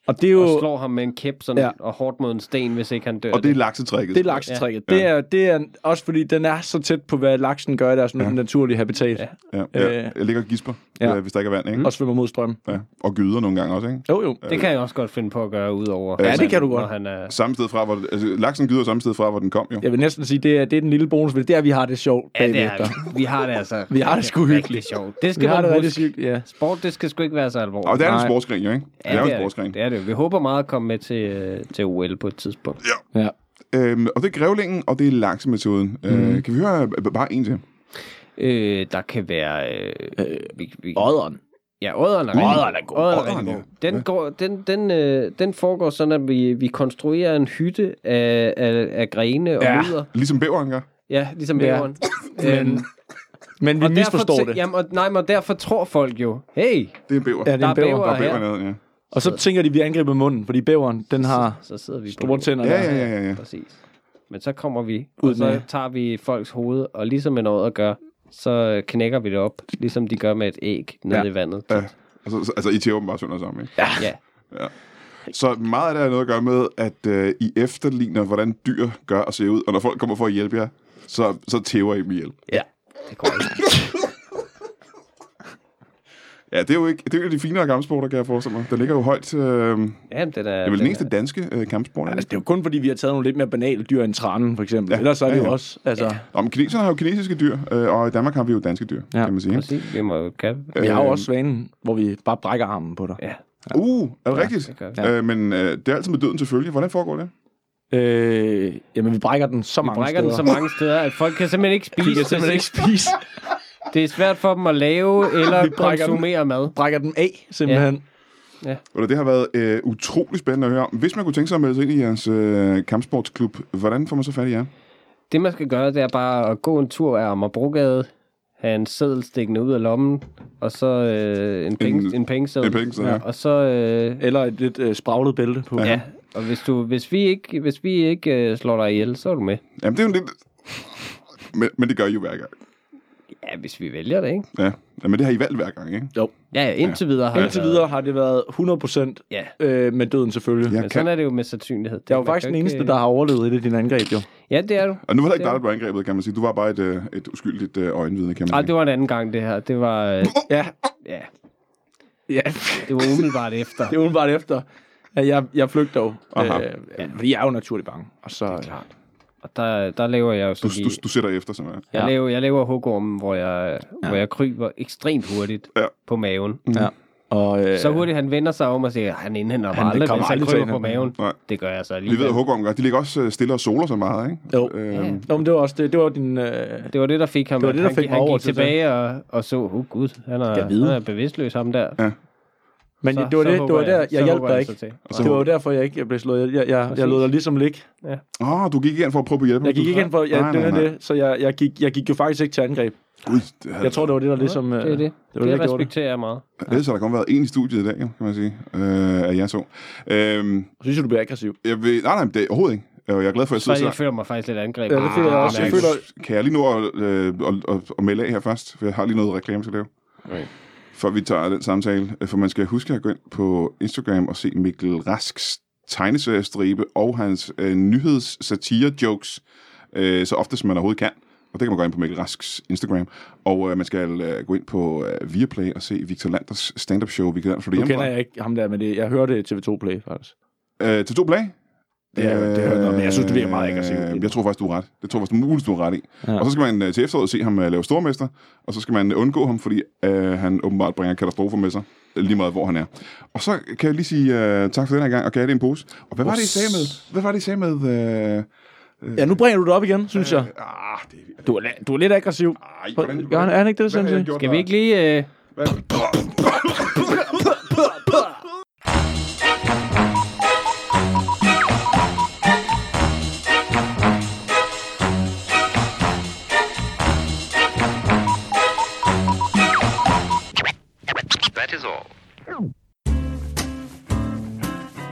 S4: og det er
S3: Og
S4: jo...
S3: slår ham med en kæp sådan,
S4: Ja.
S3: ja. og hårdt mod en sten, hvis ikke han dør.
S1: og det er laksetrækket.
S4: Det er laksetrækket. Ja. Det, er, det er også fordi, den er så tæt på, hvad laksen gør i deres ja. naturlige habitat. Ja.
S1: Ja, jeg,
S4: Øh.
S1: jeg ligger og gisper,
S4: Ja.
S1: ja. hvis der ikke er vand, ikke?
S4: Og svømmer mod strømmen.
S1: Ja. Og gyder nogle gange også, ikke?
S4: Jo, jo.
S3: det kan jeg også godt finde på at gøre, udover...
S4: Ja, det kan du
S3: når
S4: godt.
S3: Han er,
S1: Samme sted fra, hvor... Altså, laksen gyder samme sted fra, hvor den kom, jo.
S4: Jeg vil næsten sige, det er, det er den lille bonus, ved det er, at vi har det sjovt
S3: ja, det
S4: bagefter.
S3: er, vi. vi har det altså...
S4: Vi har det sgu
S3: rigtig
S4: hyggeligt.
S3: sjovt. Det skal
S4: Vi har
S3: man
S4: det rigtig
S3: huske.
S4: sygt, ja.
S3: Sport, det skal sgu ikke være så alvorligt.
S1: Og det er en
S4: Nej.
S1: sportsgren, jo, ikke? det er jo en sportsgren.
S3: det, det er det. Vi håber meget at komme med til, øh, til OL på et tidspunkt.
S4: Ja.
S1: Øhm, og det er grævlingen, og det er laksemetoden. Mm. Øh, kan vi høre øh, bare en til?
S3: Øh, der kan være... Øh, øh, vi, vi,
S4: Odderen.
S3: ja, ådderen er rigtig
S4: Odderen er god.
S3: Odderen er
S1: Odderen,
S3: rigtig
S1: ja.
S3: god. Den, går, den, den, øh, den foregår sådan, at vi, vi konstruerer en hytte af, af, af grene og
S4: Ja.
S3: ja. mudder.
S1: Ligesom bæveren gør.
S3: Ja, ligesom
S4: Ja.
S3: bæveren. øhm,
S4: Men vi
S3: og
S4: misforstår
S3: derfor, tæ-
S4: det.
S3: Jamen, og, nej, men og derfor tror folk jo, hey,
S1: Det er en bæver.
S4: Ja, det er
S3: Der
S4: en
S3: er
S4: bæver.
S1: Der
S3: bæver.
S1: er bæver
S3: her.
S1: nede, ja.
S4: Og så tænker de, at vi angriber munden, fordi bæveren, den har
S3: så sidder vi på
S4: store
S3: det.
S4: tænder.
S1: Ja,
S4: der.
S1: ja, ja, ja, ja.
S3: Præcis. Men så kommer vi,
S4: Ud
S3: og så
S4: med-
S3: tager vi folks hoved, og ligesom en ådder gør, så øh, knækker vi det op, ligesom de gør med et æg nede
S4: Ja.
S3: i vandet.
S1: ja. Altså, så- altså, I tæver dem bare sønder sammen, ikke?
S3: Ja.
S1: Så meget af det har noget at gøre med, at øh, I efterligner, hvordan dyr gør og ser ud. Og når folk kommer for at hjælpe jer, så, så tæver I dem ihjel.
S3: Ja, det går ikke.
S1: Ja, det er jo ikke det er jo de finere kampsporter, kan jeg forestille mig. Den ligger jo højt. Øh, det
S3: Jamen, den er,
S1: er vel den
S3: den
S1: eneste danske øh, kampsport.
S4: Altså,
S1: Altså,
S4: det er jo kun, fordi vi har taget nogle lidt mere banale dyr end tranen, for eksempel. Ja. Ellers er det
S1: Ja,
S4: jo
S1: ja.
S4: også... Altså, ja.
S1: Om kineserne har jo kinesiske dyr, øh, og i Danmark har vi jo danske dyr,
S4: Ja,
S1: ja, kan man sige. ikke?
S3: Præcis, vi må jo kan.
S4: Vi har jo
S1: Øhm.
S4: også svanen, hvor vi bare brækker armen på dig.
S3: Øh. Ja.
S1: Uh, er det ja, rigtigt?
S3: det gør vi.
S1: øh, men øh, det er altid med døden selvfølgelig. Hvordan foregår det?
S4: Øh, jamen, vi brækker den så mange
S3: Brækker den så
S4: steder.
S3: mange steder, at folk kan simpelthen ikke spise.
S4: Vi kan simpelthen ikke spise.
S3: Det er svært for dem at lave
S4: Vi
S3: eller
S4: brækker den.
S3: konsumere mad.
S4: Brækker den af, simpelthen.
S1: Eller det har været øh, utrolig spændende at høre om. Hvis man kunne tænke sig at melde sig ind i jeres øh, kampsportsklub, hvordan får man så fat i jer?
S3: Det, man skal gøre, det er bare at gå en tur af Amagerbrogade, have en seddel stikkende ud af lommen, og så øh, en, penge, en, pengeseddel.
S1: en pengeseddel, ja.
S3: Og så... Øh,
S4: Eller et lidt øh, spraglet bælte på.
S3: Ja, og hvis, du, hvis vi ikke, hvis vi ikke øh, slår dig ihjel, så er du med.
S1: Jamen, det er jo lidt... Men, men det gør I jo hver gang.
S3: Ja, hvis vi vælger det, ikke?
S1: Ja, Ja, men det har I valgt hver gang, ikke?
S4: Jo.
S3: Ja, ja indtil videre har
S4: Indtil
S3: det været-
S4: videre har det været 100%
S3: Ja,
S4: øh, med døden selvfølgelig.
S1: Ja,
S3: men
S1: kan...
S3: sådan er det jo med sandsynlighed. Det
S4: Jeg er jo faktisk den
S3: øh,
S4: eneste, der har overlevet et af dine angreb, jo.
S3: Ja, det er du.
S1: Og nu var det ikke
S3: Det-
S1: dig, der blev angrebet, kan man sige. Du var bare et, øh, et uskyldigt øh, øjenvidne, kan man
S3: Ej,
S1: sige.
S3: det var en anden gang, det her. Det var, øh,
S4: Ja,
S3: ja,
S4: ja.
S3: det var umiddelbart efter.
S4: det er udenbart efter. at Jeg, jeg flygter jo,
S1: Aha.
S4: øh, ja, fordi jeg er jo naturlig bange. Og så,
S3: klart. Og der, der laver jeg jo
S1: Du,
S3: sådan
S1: du,
S3: lige-
S1: du sætter efter, simpelthen.
S3: Jeg,
S4: Ja.
S3: laver, jeg laver hugormen, hvor jeg,
S4: Ja.
S3: ja. hvor jeg kryber ekstremt hurtigt
S1: Ja.
S3: ja. på maven.
S4: ja. Og, øh,
S3: Så hurtigt han vender sig om og siger, han indhenter mig
S4: Han
S3: aldrig,
S4: kommer
S3: hvis han
S4: aldrig til
S3: kryber
S4: at
S3: på
S4: indhente
S3: maven.
S1: mig. Nej.
S3: Det gør jeg så
S1: Vi ved,
S3: lige.
S1: at hukkerne gør. De ligger også øh, stille og soler så meget, ikke?
S4: Jo.
S1: Øhm,
S3: Ja.
S4: Nå, men det var også det, det var din... Øh,
S3: Det var det, der fik ham.
S4: Det var det, der
S3: han,
S4: fik mig
S3: han
S4: over
S3: gik
S4: til det.
S3: tilbage og, og så, oh gud, han er,
S4: Gad vide.
S3: han er bevidstløs ham der.
S4: men
S3: så,
S4: det var,
S3: så
S4: det, det
S3: håber
S4: var der, jeg,
S3: så
S4: jeg hjalp
S3: håber
S4: dig
S3: så
S4: ikke.
S3: til.
S1: så-
S4: Det var jo derfor, jeg ikke jeg blev slået. ihjel. Jeg, jeg, jeg lod dig ligesom ligge.
S1: Åh, oh, du gik igen for at prøve at hjælpe
S4: Jeg gik ikke ind for... Ja,
S1: Nej,
S4: det
S1: nej,
S4: var
S1: nej.
S4: det. Så jeg, jeg, gik, jeg gik jo faktisk ikke til angreb.
S1: Gud, det havde...
S4: Jeg tror, det var det, der ligesom...
S3: Ja, det er det.
S4: det var
S3: Det,
S4: det,
S3: det
S4: der gjorde det.
S3: respekterer jeg meget.
S1: Ellers har der kun været en i studiet i dag, jo, kan man sige, øh, af jer to. Øhm,
S4: Jeg synes, jo, du bliver aggressiv.
S1: jeg vil... Nej, nej, men det er overhovedet ikke. Og jeg er glad for, at jeg
S3: Så
S1: sidder
S3: jeg føler mig faktisk lidt angrebet.
S4: Ja, det føler jeg også. Jeg
S1: Jeg
S4: føler-
S1: føler... Kan jeg lige nå at, øh, at, at, at melde af her først? For jeg har lige noget reklame til at lave.
S3: Okay.
S1: Før vi tager den samtale. øh, For man skal huske at gå ind på Instagram og se Mikkel Rasks tegneseriestribe og hans øh, nyhedssatire-jokes, øh, så ofte som man overhovedet kan. Og det kan man gå ind på Mikkel Rasks Instagram. Og øh, man skal øh, gå ind på øh, Viaplay og se Victor Landers stand-up show. Victor Lander flytter
S4: Nu kender
S1: hjemmefra.
S4: jeg ikke ham der med det. Jeg hørte TV2 Play, faktisk.
S1: Øh, til to play?
S4: Det er- det er- nå, men jeg synes, det virker meget aggressivt.
S1: Øh, Jeg tror faktisk, du er ret. Det tror jeg faktisk muligt, du er ret i.
S4: Ja.
S1: Ja. Og så skal man øh, til efteråret se ham øh, lave stormester, og så skal man undgå ham, fordi øh, han åbenbart bringer katastrofer med sig, øh, lige meget hvor han er. Og så kan jeg lige sige øh, tak for den her gang, og gav det en pose. Og hvad var det, I sagde med? Hvad var det, I sagde med? Øh,
S4: Ja, nu bringer du det op igen, synes jeg.
S1: ah, det er...
S4: Du er, la- du er lidt aggressiv.
S1: Ej, hvordan-
S4: Gør han, er han ikke det,
S1: Hvad har jeg
S4: Sensei?
S1: gjort
S3: Skal vi
S1: der?
S3: ikke lige... Øh,